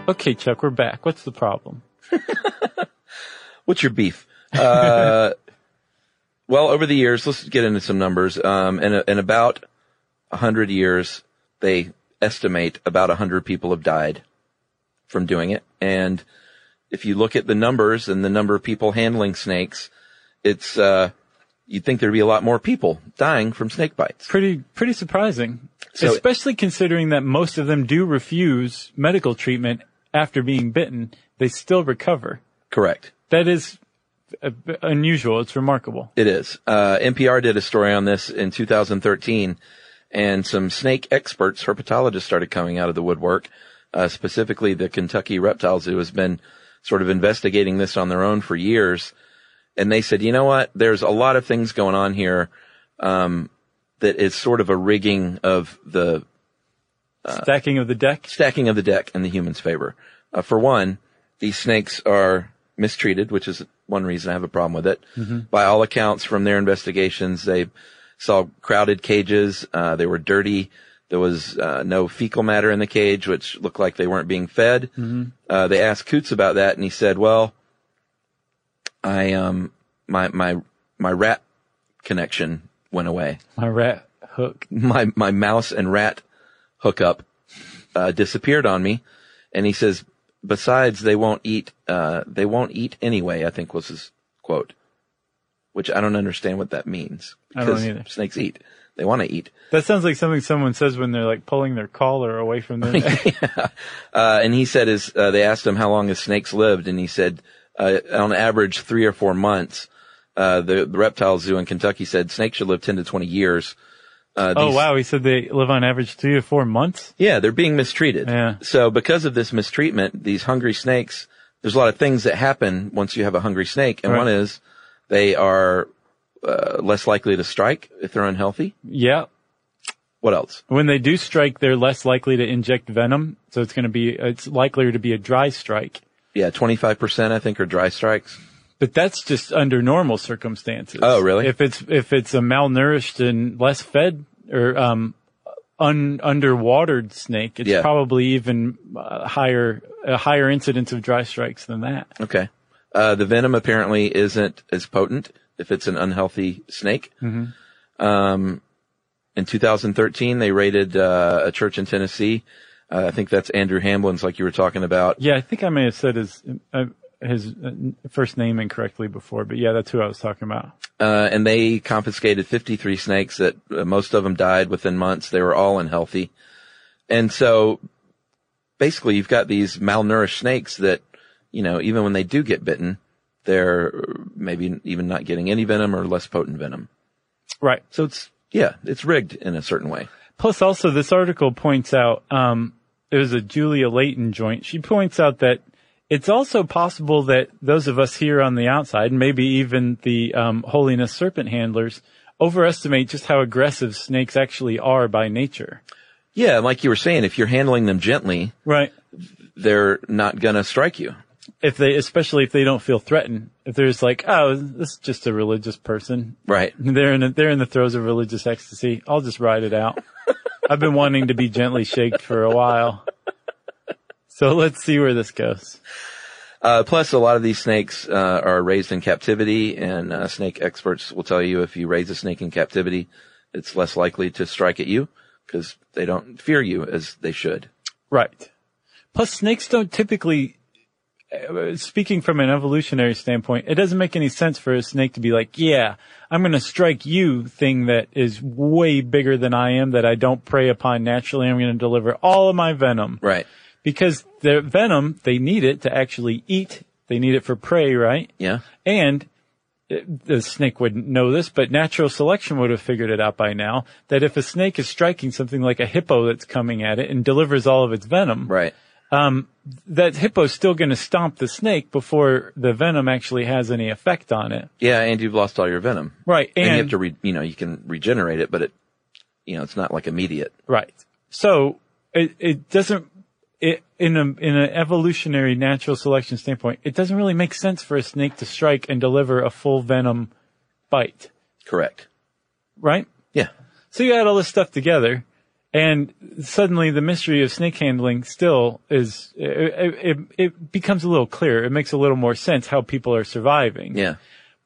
S1: Okay, Chuck, we're back. What's the problem?
S3: What's your beef? Uh, well, over the years, let's get into some numbers. Um, in, in about 100 years, they estimate about 100 people have died from doing it. And if you look at the numbers and the number of people handling snakes, it's, uh, you'd think there'd be a lot more people dying from snake bites.
S1: pretty pretty surprising,
S3: So-
S1: especially considering that most of them do refuse medical treatment after being bitten. They still recover.
S3: Correct.
S1: That is uh, unusual. It's remarkable.
S3: It is. Uh, NPR did a story on this in 2013, and some snake experts, herpetologists, started coming out of the woodwork. Uh, specifically, the Kentucky Reptile Zoo has been sort of investigating this on their own for years, and they said, you know what? There's a lot of things going on here um, that is sort of a rigging of the
S1: Stacking of the deck.
S3: stacking of the deck in the humans' favor. Uh, for one, these snakes are mistreated, which is one reason I have a problem with it. By all accounts, from their investigations, they saw crowded cages. Uh, they were dirty. There was uh, no fecal matter in the cage, which looked like they weren't being fed. Uh, they asked Coots about that, and he said, "Well, I um my my my rat connection went away.
S1: My rat hook.
S3: My my mouse and rat hookup uh, disappeared on me. And he says, besides, they won't eat, uh, they won't eat anyway, I think was his quote, which I don't understand what that means.
S1: I don't
S3: because
S1: either.
S3: Snakes eat. They want to eat.
S1: That sounds like something someone says when they're like pulling their collar away from their neck.
S3: Uh, and he said his, uh, they asked him how long his snakes lived. And he said, uh, on average, three or four months. Uh, the, the reptile zoo in Kentucky said snakes should live 10 to 20 years. Uh,
S1: oh
S3: these-
S1: wow, he said they live on average three to four months.
S3: Yeah, they're being mistreated.
S1: Yeah.
S3: So because of this mistreatment, these hungry snakes, there's a lot of things that happen once you have a hungry snake. And
S1: Right.
S3: one is they are uh, less likely to strike if they're unhealthy.
S1: Yeah.
S3: What else?
S1: When they do strike, they're less likely to inject venom, so it's going to be it's likelier to be a dry strike.
S3: Yeah, 25% I think are dry strikes.
S1: But that's just under normal circumstances.
S3: Oh, really?
S1: If it's if it's a malnourished and less fed or um un underwatered snake, it's
S3: Yeah.
S1: probably even uh, higher a higher incidence of dry strikes than that.
S3: Okay. Uh, the venom apparently isn't as potent if it's an unhealthy snake.
S1: Mm-hmm.
S3: Um, in 2013, they raided uh, a church in Tennessee. Uh, I think that's Andrew Hamblin's, like you were talking about.
S1: Yeah, I think I may have said his uh, his uh, first name incorrectly before, but yeah, that's who I was talking about.
S3: Uh, and they confiscated 53 snakes that uh, most of them died within months. They were all unhealthy. And so basically you've got these malnourished snakes that, you know, even when they do get bitten, they're maybe even not getting any venom or less potent venom.
S1: Right.
S3: So it's, yeah, it's rigged in a certain way.
S1: Plus, also, this article points out um, it was a Julia Leighton joint. She points out that it's also possible that those of us here on the outside, maybe even the um, holiness serpent handlers, overestimate just how aggressive snakes actually are by nature.
S3: Yeah. and Like you were saying, if you're handling them gently,
S1: Right.
S3: they're not going to strike you.
S1: If they, especially if they don't feel threatened, if there's like, oh, this is just a religious person,
S3: Right.
S1: They're in they're in the throes of religious ecstasy. I'll just ride it out. I've been wanting to be gently shaked for a while. So let's see where this goes.
S3: Uh, plus, a lot of these snakes uh, are raised in captivity, and uh, snake experts will tell you if you raise a snake in captivity, it's less likely to strike at you because they don't fear you as they should.
S1: Right. Plus, snakes don't typically. uh, Speaking from an evolutionary standpoint, it doesn't make any sense for a snake to be like, "Yeah, I'm going to strike you." Thing that is way bigger than I am that I don't prey upon naturally. I'm going to deliver all of my venom.
S3: Right.
S1: because their venom they need it to actually eat they need it for prey right
S3: Yeah.
S1: and uh, the snake wouldn't know this but natural selection would have figured it out by now that if a snake is striking something like a hippo that's coming at it and delivers all of its venom
S3: Right.
S1: that hippo's still going to stomp the snake before the venom actually has any effect on it
S3: Yeah, and you've lost all your venom.
S1: right
S3: And, you have to, re- you know, you can regenerate it, but it, you know, it's not like immediate.
S1: Right. So it, it doesn't, it, in a, in an evolutionary natural selection standpoint, it doesn't really make sense for a snake to strike and deliver a full venom bite,
S3: Correct.
S1: right?
S3: Yeah.
S1: So you add all this stuff together and suddenly the mystery of snake handling still is, it, it, it becomes a little clearer. It makes a little more sense how people are surviving
S3: Yeah.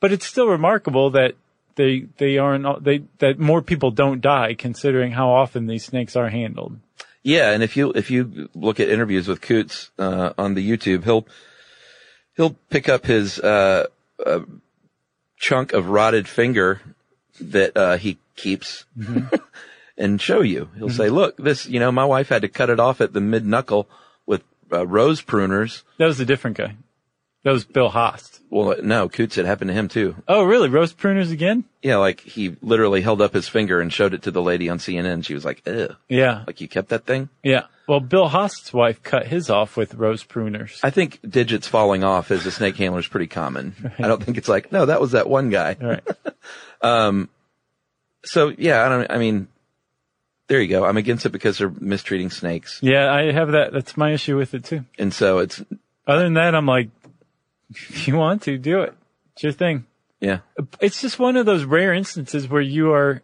S1: but it's still remarkable that they they aren't all- they that more people don't die considering how often these snakes are handled.
S3: Yeah, and if you if you look at interviews with Coots uh, on the YouTube, he'll he'll pick up his uh, uh, chunk of rotted finger that uh, he keeps and show you. He'll say, "Look, this. You know, my wife had to cut it off at the mid knuckle with uh, rose pruners."
S1: That was a different guy. That was Bill Host.
S3: Well, no, Coots. It happened to him too.
S1: Oh, really? Roast pruners again?
S3: Yeah, like he literally held up his finger and showed it to the lady on CNN. She was like, "Ew,
S1: Yeah,
S3: like you kept that thing."
S1: yeah. Well, Bill Host's wife cut his off with rose pruners.
S3: I think digits falling off as a snake handler is pretty common. I don't think it's like, no, that was that one guy.
S1: All right.
S3: So yeah, I don't, I mean, there you go. I'm against it because they're mistreating snakes.
S1: Yeah, I have that. That's my issue with it too.
S3: And so it's,
S1: Other than that, I'm like, if you want to, do it. It's your thing.
S3: yeah,
S1: it's just one of those rare instances where you are,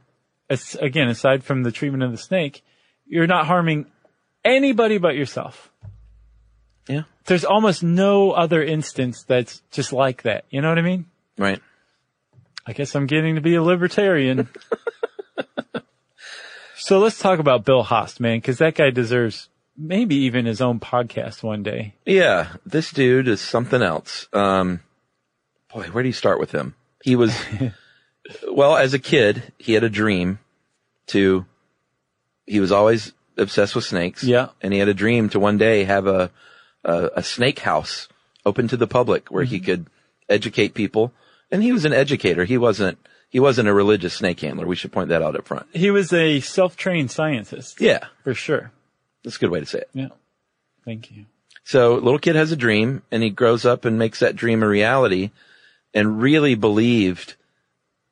S1: as- again, aside from the treatment of the snake, you're not harming anybody but yourself.
S3: yeah,
S1: There's almost no other instance that's just like that. You know what I mean?
S3: right.
S1: I guess I'm getting to be a libertarian. so let's talk about Bill Host, man, because that guy deserves maybe even his own podcast one day.
S3: Yeah. This dude is something else. Um, boy, where do you start with him? He was, well, as a kid, he had a dream to, he was always obsessed with snakes.
S1: Yeah.
S3: And he had a dream to one day have a, a, a snake house open to the public where he could educate people. And he was an educator. He wasn't, he wasn't a religious snake handler. We should point that out up front.
S1: He was a self-trained scientist.
S3: Yeah.
S1: For sure.
S3: That's a good way to say it.
S1: Yeah. Thank you.
S3: So little kid has a dream and he grows up and makes that dream a reality and really believed,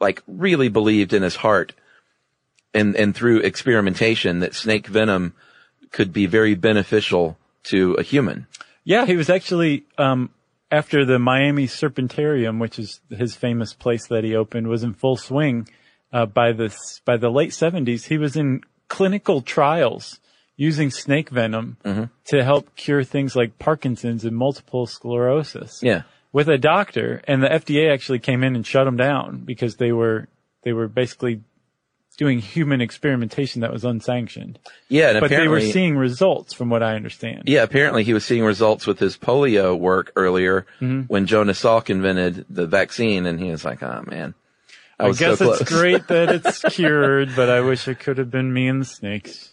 S3: like really believed in his heart and, and through experimentation that snake venom could be very beneficial to a human.
S1: Yeah, he was actually um, after the Miami Serpentarium, which is his famous place that he opened, was in full swing uh, by the s- by the late seventies. He was in clinical trials using
S3: Mm-hmm.
S1: snake venom to help cure things like Parkinson's and multiple sclerosis.
S3: Yeah.
S1: with a doctor, and the FDA actually came in and shut them down because they were they were basically doing human experimentation that was unsanctioned.
S3: Yeah, and
S1: But they were
S3: apparently,
S1: seeing results, from what I understand.
S3: yeah, apparently he was seeing results with his polio work earlier
S1: Mm-hmm.
S3: when Joe Salk invented the vaccine, and he was like, "Oh man, I,
S1: I
S3: was
S1: guess
S3: so close."
S1: it's great that it's cured, but I wish it could have been me and the snakes.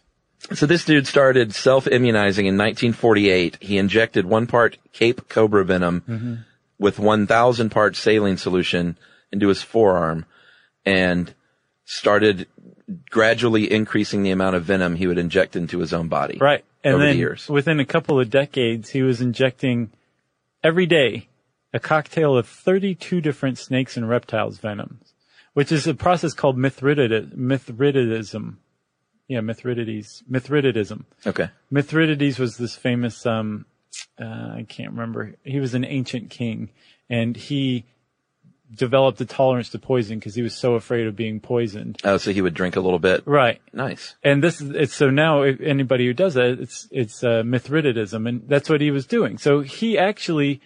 S3: So this dude started self-immunizing in 1948. He injected one part Cape Cobra venom with 1,000 parts saline solution into his forearm and started gradually increasing the amount of venom he would inject into his own body.
S1: Right. And
S3: over
S1: then
S3: the years.
S1: within a couple of decades, he was injecting every day a cocktail of 32 different snakes and reptiles venoms, which is a process called mithridid- mithrididism. Yeah, Mithridates, Mithridatism.
S3: Okay.
S1: Mithridates was this famous, um, uh, I can't remember. He was an ancient king and he developed a tolerance to poison because he was so afraid of being poisoned.
S3: Oh, so he would drink a little bit.
S1: Right
S3: Nice.
S1: and this is it's so now if anybody who does that it's it's uh, mithridatism and that's what he was doing so he actually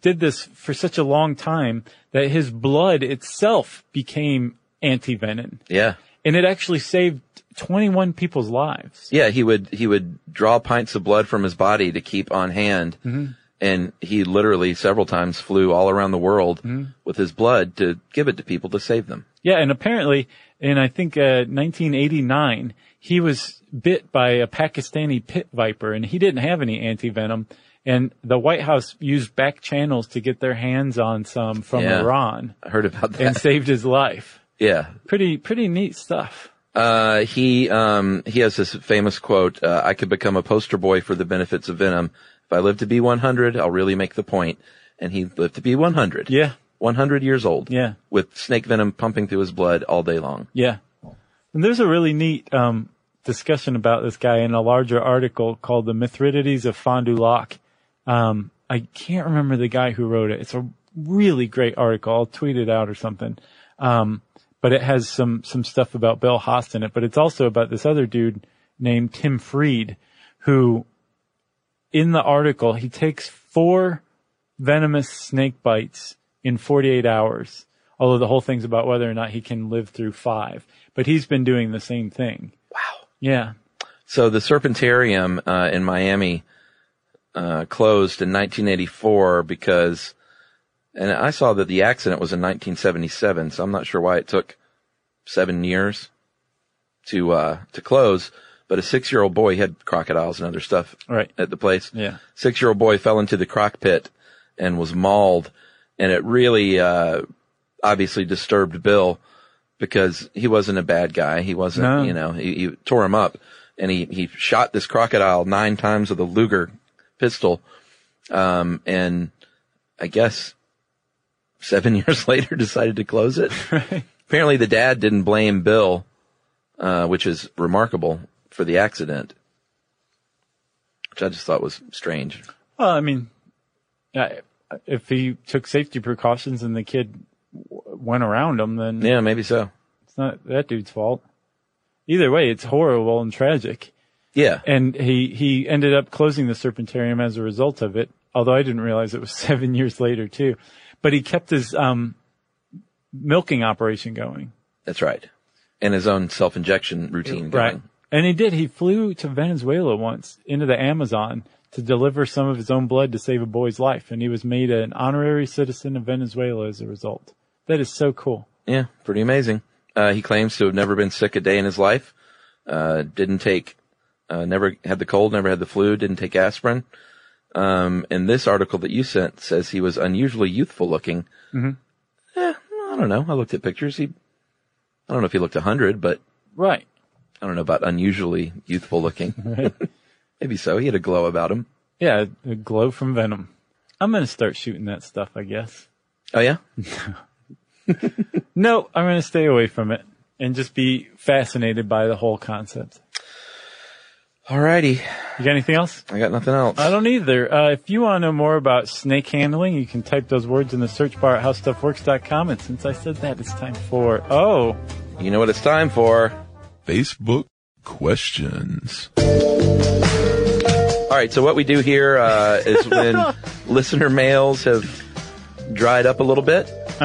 S1: did this for such a long time that his blood itself became anti-venom
S3: Yeah.
S1: and it actually saved 21 people's lives
S3: Yeah, he would he would draw pints of blood from his body to keep on hand, and he literally several times flew all around the world with his blood to give it to people to save them.
S1: yeah and apparently in i think uh, 1989 he was bit by a pakistani pit viper and he didn't have any anti-venom and the White House used back channels to get their hands on some from
S3: Yeah. Uh,
S1: Iran.
S3: I heard about
S1: and
S3: that.
S1: saved his life.
S3: yeah,
S1: Pretty pretty neat stuff.
S3: uh, he um, he has this famous quote: uh, "I could become a poster boy for the benefits of venom. If I live to be 100, I'll really make the point." And he lived to be 100.
S1: Yeah.
S3: 100 years old.
S1: Yeah.
S3: with snake venom pumping through his blood all day long.
S1: Yeah. And there's a really neat um, discussion about this guy in a larger article called "The Mithridates of Fond du Lac." Um, I can't remember the guy who wrote it. It's a really great article. I'll tweet it out or something. Um, but it has some some stuff about Bill Haas in it. But it's also about this other dude named Tim Freed, who in the article he takes four venomous snake bites in 48 hours. Although the whole thing's about whether or not he can live through five, but he's been doing the same thing. Wow. Yeah.
S3: So the Serpentarium uh, in Miami uh, closed in 1984 because, and I saw that the accident was in 1977, so I'm not sure why it took seven years to uh, to close. But a six-year-old boy had crocodiles and other stuff
S1: Right.
S3: at the place.
S1: Yeah.
S3: Six-year-old boy fell into the crock pit and was mauled, and it really uh, obviously disturbed Bill because he wasn't a bad guy. He wasn't,
S1: No.
S3: you know, he, he tore him up and he, he shot this crocodile nine times with a Luger pistol. Um, and I guess seven years later decided to close it. Apparently the dad didn't blame Bill, uh, which is remarkable for the accident, which I just thought was strange.
S1: Well, I mean, I- if he took safety precautions and the kid w- went around him, then
S3: Yeah, maybe so.
S1: it's not that dude's fault. Either way, it's horrible and tragic.
S3: Yeah.
S1: And he, he ended up closing the Serpentarium as a result of it, although I didn't realize it was seven years later too. But he kept his, um, milking operation going.
S3: That's right. And his own self-injection routine. Going.
S1: Right. And he did. He flew to Venezuela once into the Amazon to deliver some of his own blood to save a boy's life. And he was made an honorary citizen of Venezuela as a result. That is so cool.
S3: Yeah, pretty amazing. Uh, he claims to have never been sick a day in his life. Uh, didn't take, uh, never had the cold, never had the flu, didn't take aspirin. Um, and this article that you sent says he was unusually youthful looking. Mm-hmm. I don't know. I looked at pictures. He, I don't know if he looked a hundred, but
S1: Right.
S3: I don't know about unusually youthful looking. Maybe so. He had a glow about him.
S1: Yeah. The glow from Venom. I'm going to start shooting that stuff, I guess.
S3: Oh yeah.
S1: No, I'm going to stay away from it and just be fascinated by the whole concept.
S3: Alrighty.
S1: You got anything else?
S3: I got nothing else.
S1: I don't either. Uh, if you want to know more about snake handling, you can type those words in the search bar at howstuffworks.com. And since I said that, it's time for, oh,
S3: You know what it's time for.
S4: Facebook questions.
S3: All right, so what we do here uh, is when listener mails have dried up a little bit.
S1: Uh,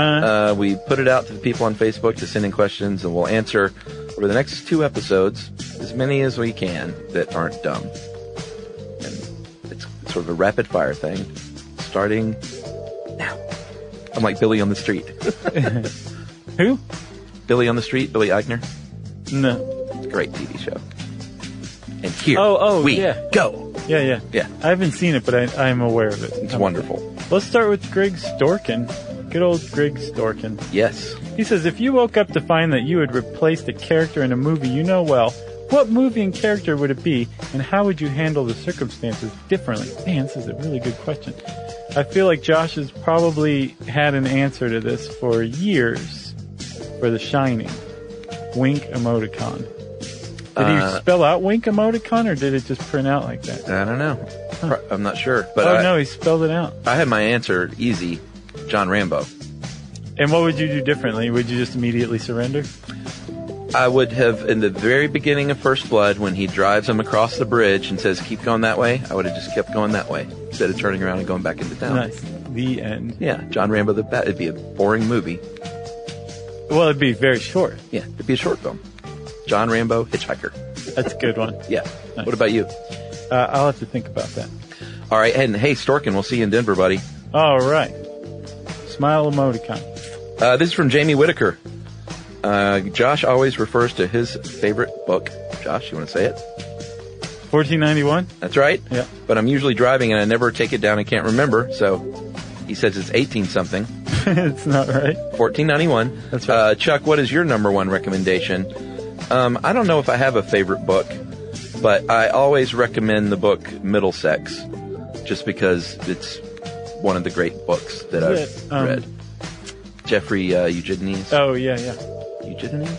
S3: Uh, we put it out to the people on Facebook to send in questions, and we'll answer over the next two episodes as many as we can that aren't dumb. And it's sort of a rapid fire thing, starting now. I'm like Billy on the street.
S1: who?
S3: Billy on the street, Billy Eichner.
S1: No.
S3: Great TV show. And here
S1: Oh, oh,
S3: we
S1: yeah.
S3: go.
S1: Yeah, yeah.
S3: Yeah.
S1: I haven't seen it, but I, I'm aware of it.
S3: It's
S1: Um,
S3: wonderful.
S1: Let's start with Greg Storkin. Good old Greg Storkin.
S3: Yes.
S1: He says, if you woke up to find that you had replaced a character in a movie you know well, what movie and character would it be, and how would you handle the circumstances differently? Man, this is a really good question. I feel like Josh has probably had an answer to this for years for The Shining. Wink emoticon. Did
S3: Uh,
S1: he spell out wink emoticon, or did it just print out like that?
S3: I don't know. Pro- I'm not sure, but
S1: oh
S3: I,
S1: no, he spelled it out.
S3: I had my answer easy. John Rambo.
S1: And what would you do differently? Would you just immediately surrender?
S3: I would have, in the very beginning of First Blood, when he drives him across the bridge and says, keep going that way, I would have just kept going that way instead of turning around and going back into town.
S1: Nice. The end.
S3: Yeah, John Rambo the Bat. It'd be a boring movie.
S1: Well, it'd be very short.
S3: Yeah, it'd be a short film. John Rambo, Hitchhiker.
S1: That's a good one.
S3: Yeah.
S1: Nice.
S3: What about you?
S1: Uh, I'll have to think about that.
S3: All right, and hey, Storkin, we'll see you in Denver, buddy.
S1: All right. Smile emoticon.
S3: Uh, this is from Jamie Whitaker. Uh, Josh always refers to his favorite book. Josh, you want to say it?
S1: 1491?
S3: That's right.
S1: Yeah.
S3: But I'm usually driving and I never take it down and can't remember. So he says it's 18 something,
S1: it's not right.
S3: 1491.
S1: That's right.
S3: Uh, Chuck, what is your number one recommendation? Um, I don't know if I have a favorite book, but I always recommend the book Middlesex, just because it's one of the great books that
S1: Is
S3: I've
S1: it, um,
S3: read. Jeffrey uh, Eugenides.
S1: Oh, yeah, yeah.
S3: Eugenides.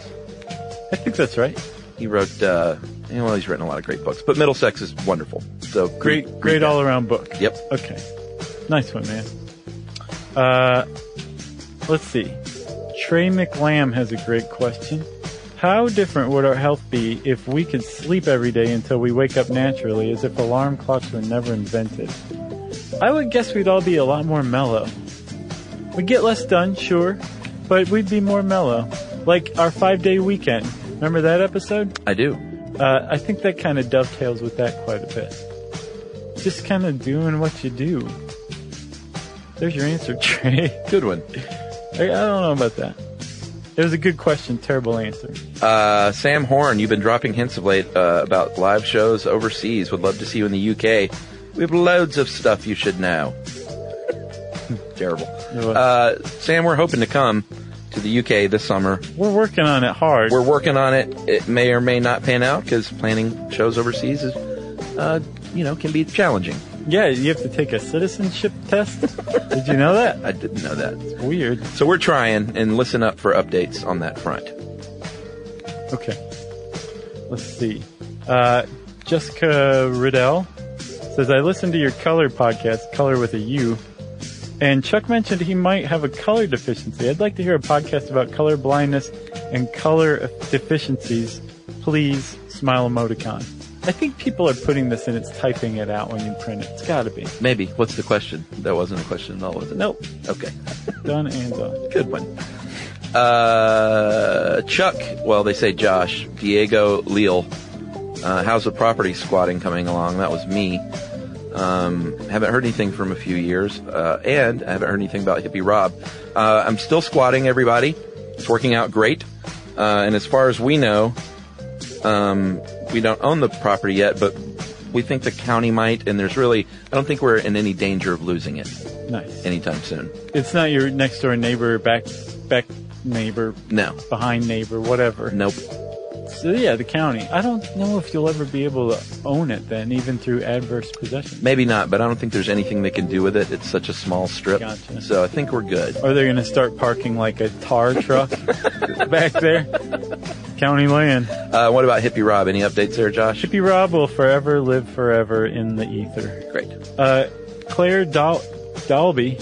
S1: I think that's right.
S3: He wrote. Uh, you know, well, he's written a lot of great books, but Middlesex is wonderful. So
S1: Great,
S3: read- read
S1: great
S3: that.
S1: all around book.
S3: Yep.
S1: Okay. Nice one, man. Uh, let's see. Trey McLam has a great question. How different would our health be if we could sleep every day until we wake up naturally, as if alarm clocks were never invented? I would guess we'd all be a lot more mellow. We'd get less done, sure, but we'd be more mellow. Like our five day weekend. Remember that episode?
S3: I do.
S1: Uh, I think that kind of dovetails with that quite a bit. Just kind of doing what you do. There's your answer, Trey.
S3: Good one.
S1: I I don't know about that. It was a good question, terrible answer.
S3: Uh, Sam Horn, you've been dropping hints of late uh, about live shows overseas. Would love to see you in the UK. We have loads of stuff you should know. Terrible.
S1: No.
S3: Uh, Sam, we're hoping to come to the UK this summer.
S1: We're working on it hard.
S3: We're working on it. It may or may not pan out because planning shows overseas is, uh, you know, can be challenging.
S1: yeah, you have to take a citizenship test. Did you know that?
S3: I didn't know that.
S1: It's weird.
S3: So we're trying and listen up for updates on that front.
S1: Okay. Let's see. Uh, Jessica Riddell says, I listened to your color podcast, Color with a U, and Chuck mentioned he might have a color deficiency. I'd like to hear a podcast about color blindness and color deficiencies. Please, smile emoticon. I think people are putting this in. It's typing it out when you print it. It's gotta be.
S3: Maybe. What's the question? That wasn't a question at all, was it?
S1: Nope.
S3: Okay.
S1: Done and done.
S3: Good one. Uh, Chuck, well, they say Josh, Diego Leal. Uh, how's the property squatting coming along? That was me. Um, haven't heard anything from a few years, uh, and I haven't heard anything about Hippie Rob. Uh, I'm still squatting, everybody. It's working out great. Uh, and as far as we know, um, we don't own the property yet, but we think the county might, and there's really, I don't think we're in any danger of losing it
S1: Nice.
S3: anytime soon.
S1: It's not your next door neighbor, back, back neighbor,
S3: No.
S1: behind neighbor, whatever.
S3: Nope.
S1: So yeah, the county. I don't know if you'll ever be able to own it then, even through adverse possession.
S3: Maybe not, but I don't think there's anything they can do with it. It's such a small strip.
S1: Gotcha.
S3: So I think we're good.
S1: Or they're going to start parking like a tar truck back there. County land.
S3: Uh, what about Hippie Rob? Any updates there, Josh?
S1: Hippie Rob will forever live forever in the ether.
S3: Great.
S1: Uh, Claire Dal- Dalby.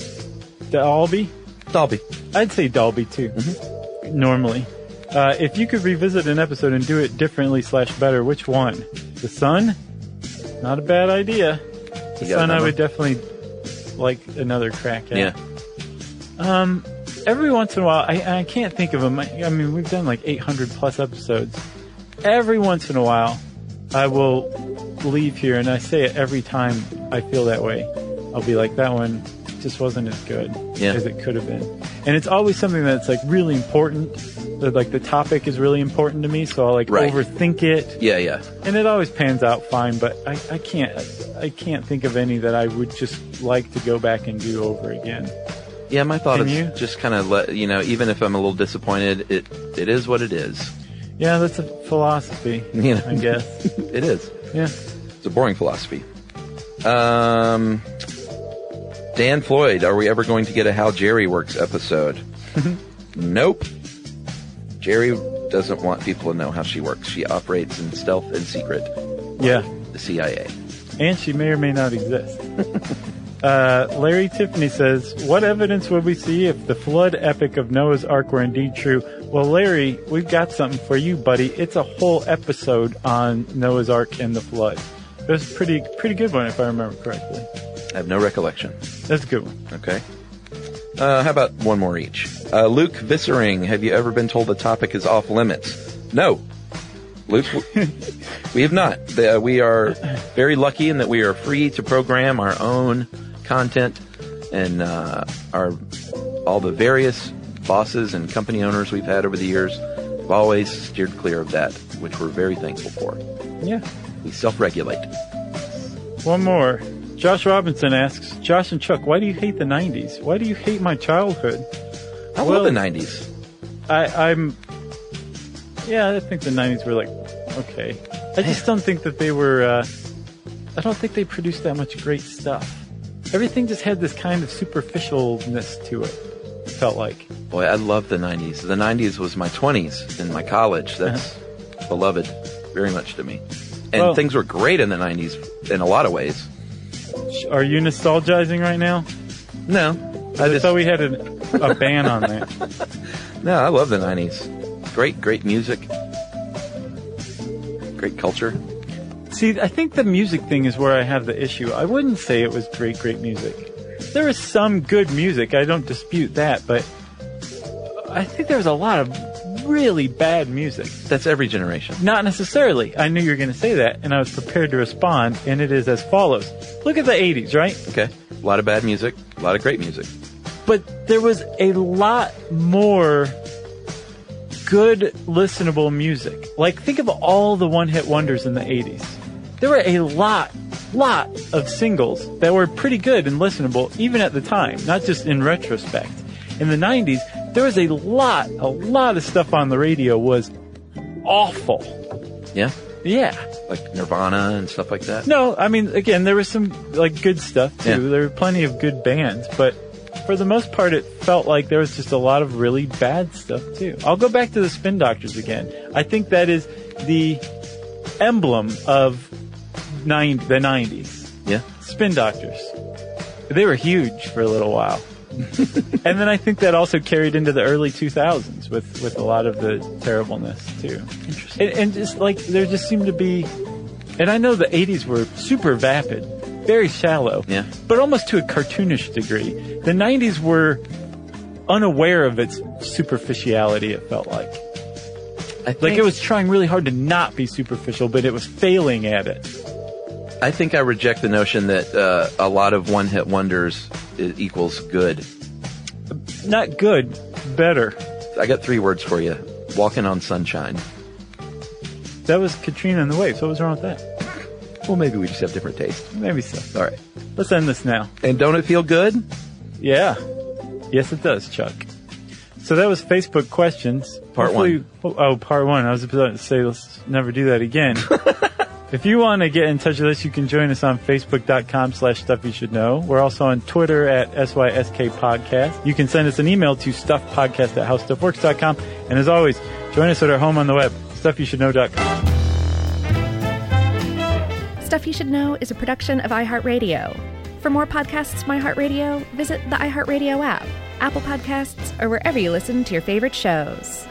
S1: Dalby?
S3: Dolby.
S1: I'd say Dalby too. Normally. Uh, if you could revisit an episode and do it differently slash better, which one? The Sun? Not a bad idea. The
S3: You
S1: Sun
S3: got
S1: I
S3: another?
S1: would definitely like another crack at.
S3: Yeah.
S1: every once in a while, I, I can't think of them. I, I mean, we've done like 800 plus episodes. Every once in a while, I will leave here, and I say it every time I feel that way. I'll be like, that one just wasn't as good
S3: Yeah.
S1: as it could have been. And it's always something that's like really important. That like the topic is really important to me, so I'll like
S3: Right.
S1: overthink it,
S3: Yeah, yeah.
S1: and it always pans out fine. But I, I can't, I can't think of any that I would just like to go back and do over again.
S3: Yeah, my thought
S1: Can
S3: is
S1: you?
S3: just kind of let you know, even if I'm a little disappointed, it it is what it is.
S1: Yeah, that's a philosophy.
S3: You know?
S1: I guess.
S3: It is.
S1: Yeah.
S3: It's a boring philosophy. Um, Dan Floyd, are we ever going to get a How Jerry Works episode? nope. Jerry doesn't want people to know how she works. She operates in stealth and secret.
S1: Yeah.
S3: The CIA.
S1: And she may or may not exist. uh, Larry Tiffany says, What evidence would we see if the flood epic of Noah's Ark were indeed true? Well, Larry, we've got something for you, buddy. It's a whole episode on Noah's Ark and the flood. It was a pretty, pretty good one, if I remember correctly.
S3: I have no recollection.
S1: That's a good one.
S3: Okay. Uh, how about one more each? Uh, Luke Vissering, have you ever been told the topic is off limits? No. Luke, w- we have not. The- uh, we are very lucky in that we are free to program our own content and uh, our all the various bosses and company owners we've had over the years have always steered clear of that, which we're very thankful for.
S1: Yeah.
S3: We self-regulate.
S1: One more. Josh Robinson asks, Josh and Chuck, why do you hate the 90s? Why do you hate my childhood?
S3: I
S1: Well-
S3: love the 90s.
S1: I, I'm. Yeah, I think the '90s were like okay. I just don't think that they were. Uh, I don't think they produced that much great stuff. Everything just had this kind of superficialness to it. it felt like.
S3: Boy, I love the 90s. The 90s was my 20s in my college. That's beloved very much to me. And
S1: Uh-huh. Well-
S3: things were great in the 90s in a lot of ways.
S1: Sh- Are you nostalgizing right now?
S3: No, I
S1: I,
S3: just
S1: thought we had a, a ban on that.
S3: no, I love the 90s. Great, great music. Great culture.
S1: See, I think the music thing is where I have the issue. I wouldn't say it was great, great music. There was some good music. I don't dispute that, but I think there was a lot of really bad music.
S3: That's every generation.
S1: Not necessarily. I knew you were going to say that, and I was prepared to respond, and it is as follows. Look at the 80s, right?
S3: Okay, a lot of bad music, a lot of great music.
S1: But there was a lot more good listenable music. Like, think of all the one hit wonders in the 80s. There were a lot, lot of singles that were pretty good and listenable, even at the time, not just in retrospect. In the 90s, there was a lot, a lot of stuff on the radio was awful.
S3: Yeah,
S1: Yeah.
S3: like Nirvana and stuff like that.
S1: No, I mean, again, there was some like good stuff too.
S3: Yeah.
S1: There were plenty of good bands, but for the most part, it felt like there was just a lot of really bad stuff too. I'll go back to the Spin Doctors again. I think that is the emblem of nine the nineties.
S3: Yeah,
S1: Spin Doctors. They were huge for a little while. and then I think that also carried into the early 2000s with, with a lot of the terribleness too. Interesting. And, and just like there just seemed to be, and I know the 80s were super vapid, very shallow,
S3: Yeah.
S1: but almost to a cartoonish degree. The 90s were unaware of its superficiality, it felt like.
S3: I think
S1: Like it was trying really hard to not be superficial, but it was failing at it.
S3: I think I reject the notion that uh, a lot of one-hit wonders i- equals good.
S1: Not good, better.
S3: I got three words for you. Walking on sunshine.
S1: That was Katrina and the Waves. What was wrong with that?
S3: Well, maybe we just have different tastes.
S1: Maybe so.
S3: All right.
S1: Let's end this now.
S3: And don't it feel good?
S1: Yeah. Yes, it does, Chuck. So that was Facebook questions.
S3: Part
S1: Hopefully- Oh, oh, part one. I was about to say, let's never do that again. if you want to get in touch with us, you can join us on facebook.com slash stuff you should know. We're also on Twitter at SYSK podcast. You can send us an email to stuffpodcast at howstuffworks.com. And as always, join us at our home on the web, stuffyoushouldknow.com.
S2: Stuff You Should Know is a production of iHeartRadio. For more podcasts from iHeartRadio, visit the iHeartRadio app, Apple Podcasts, or wherever you listen to your favorite shows.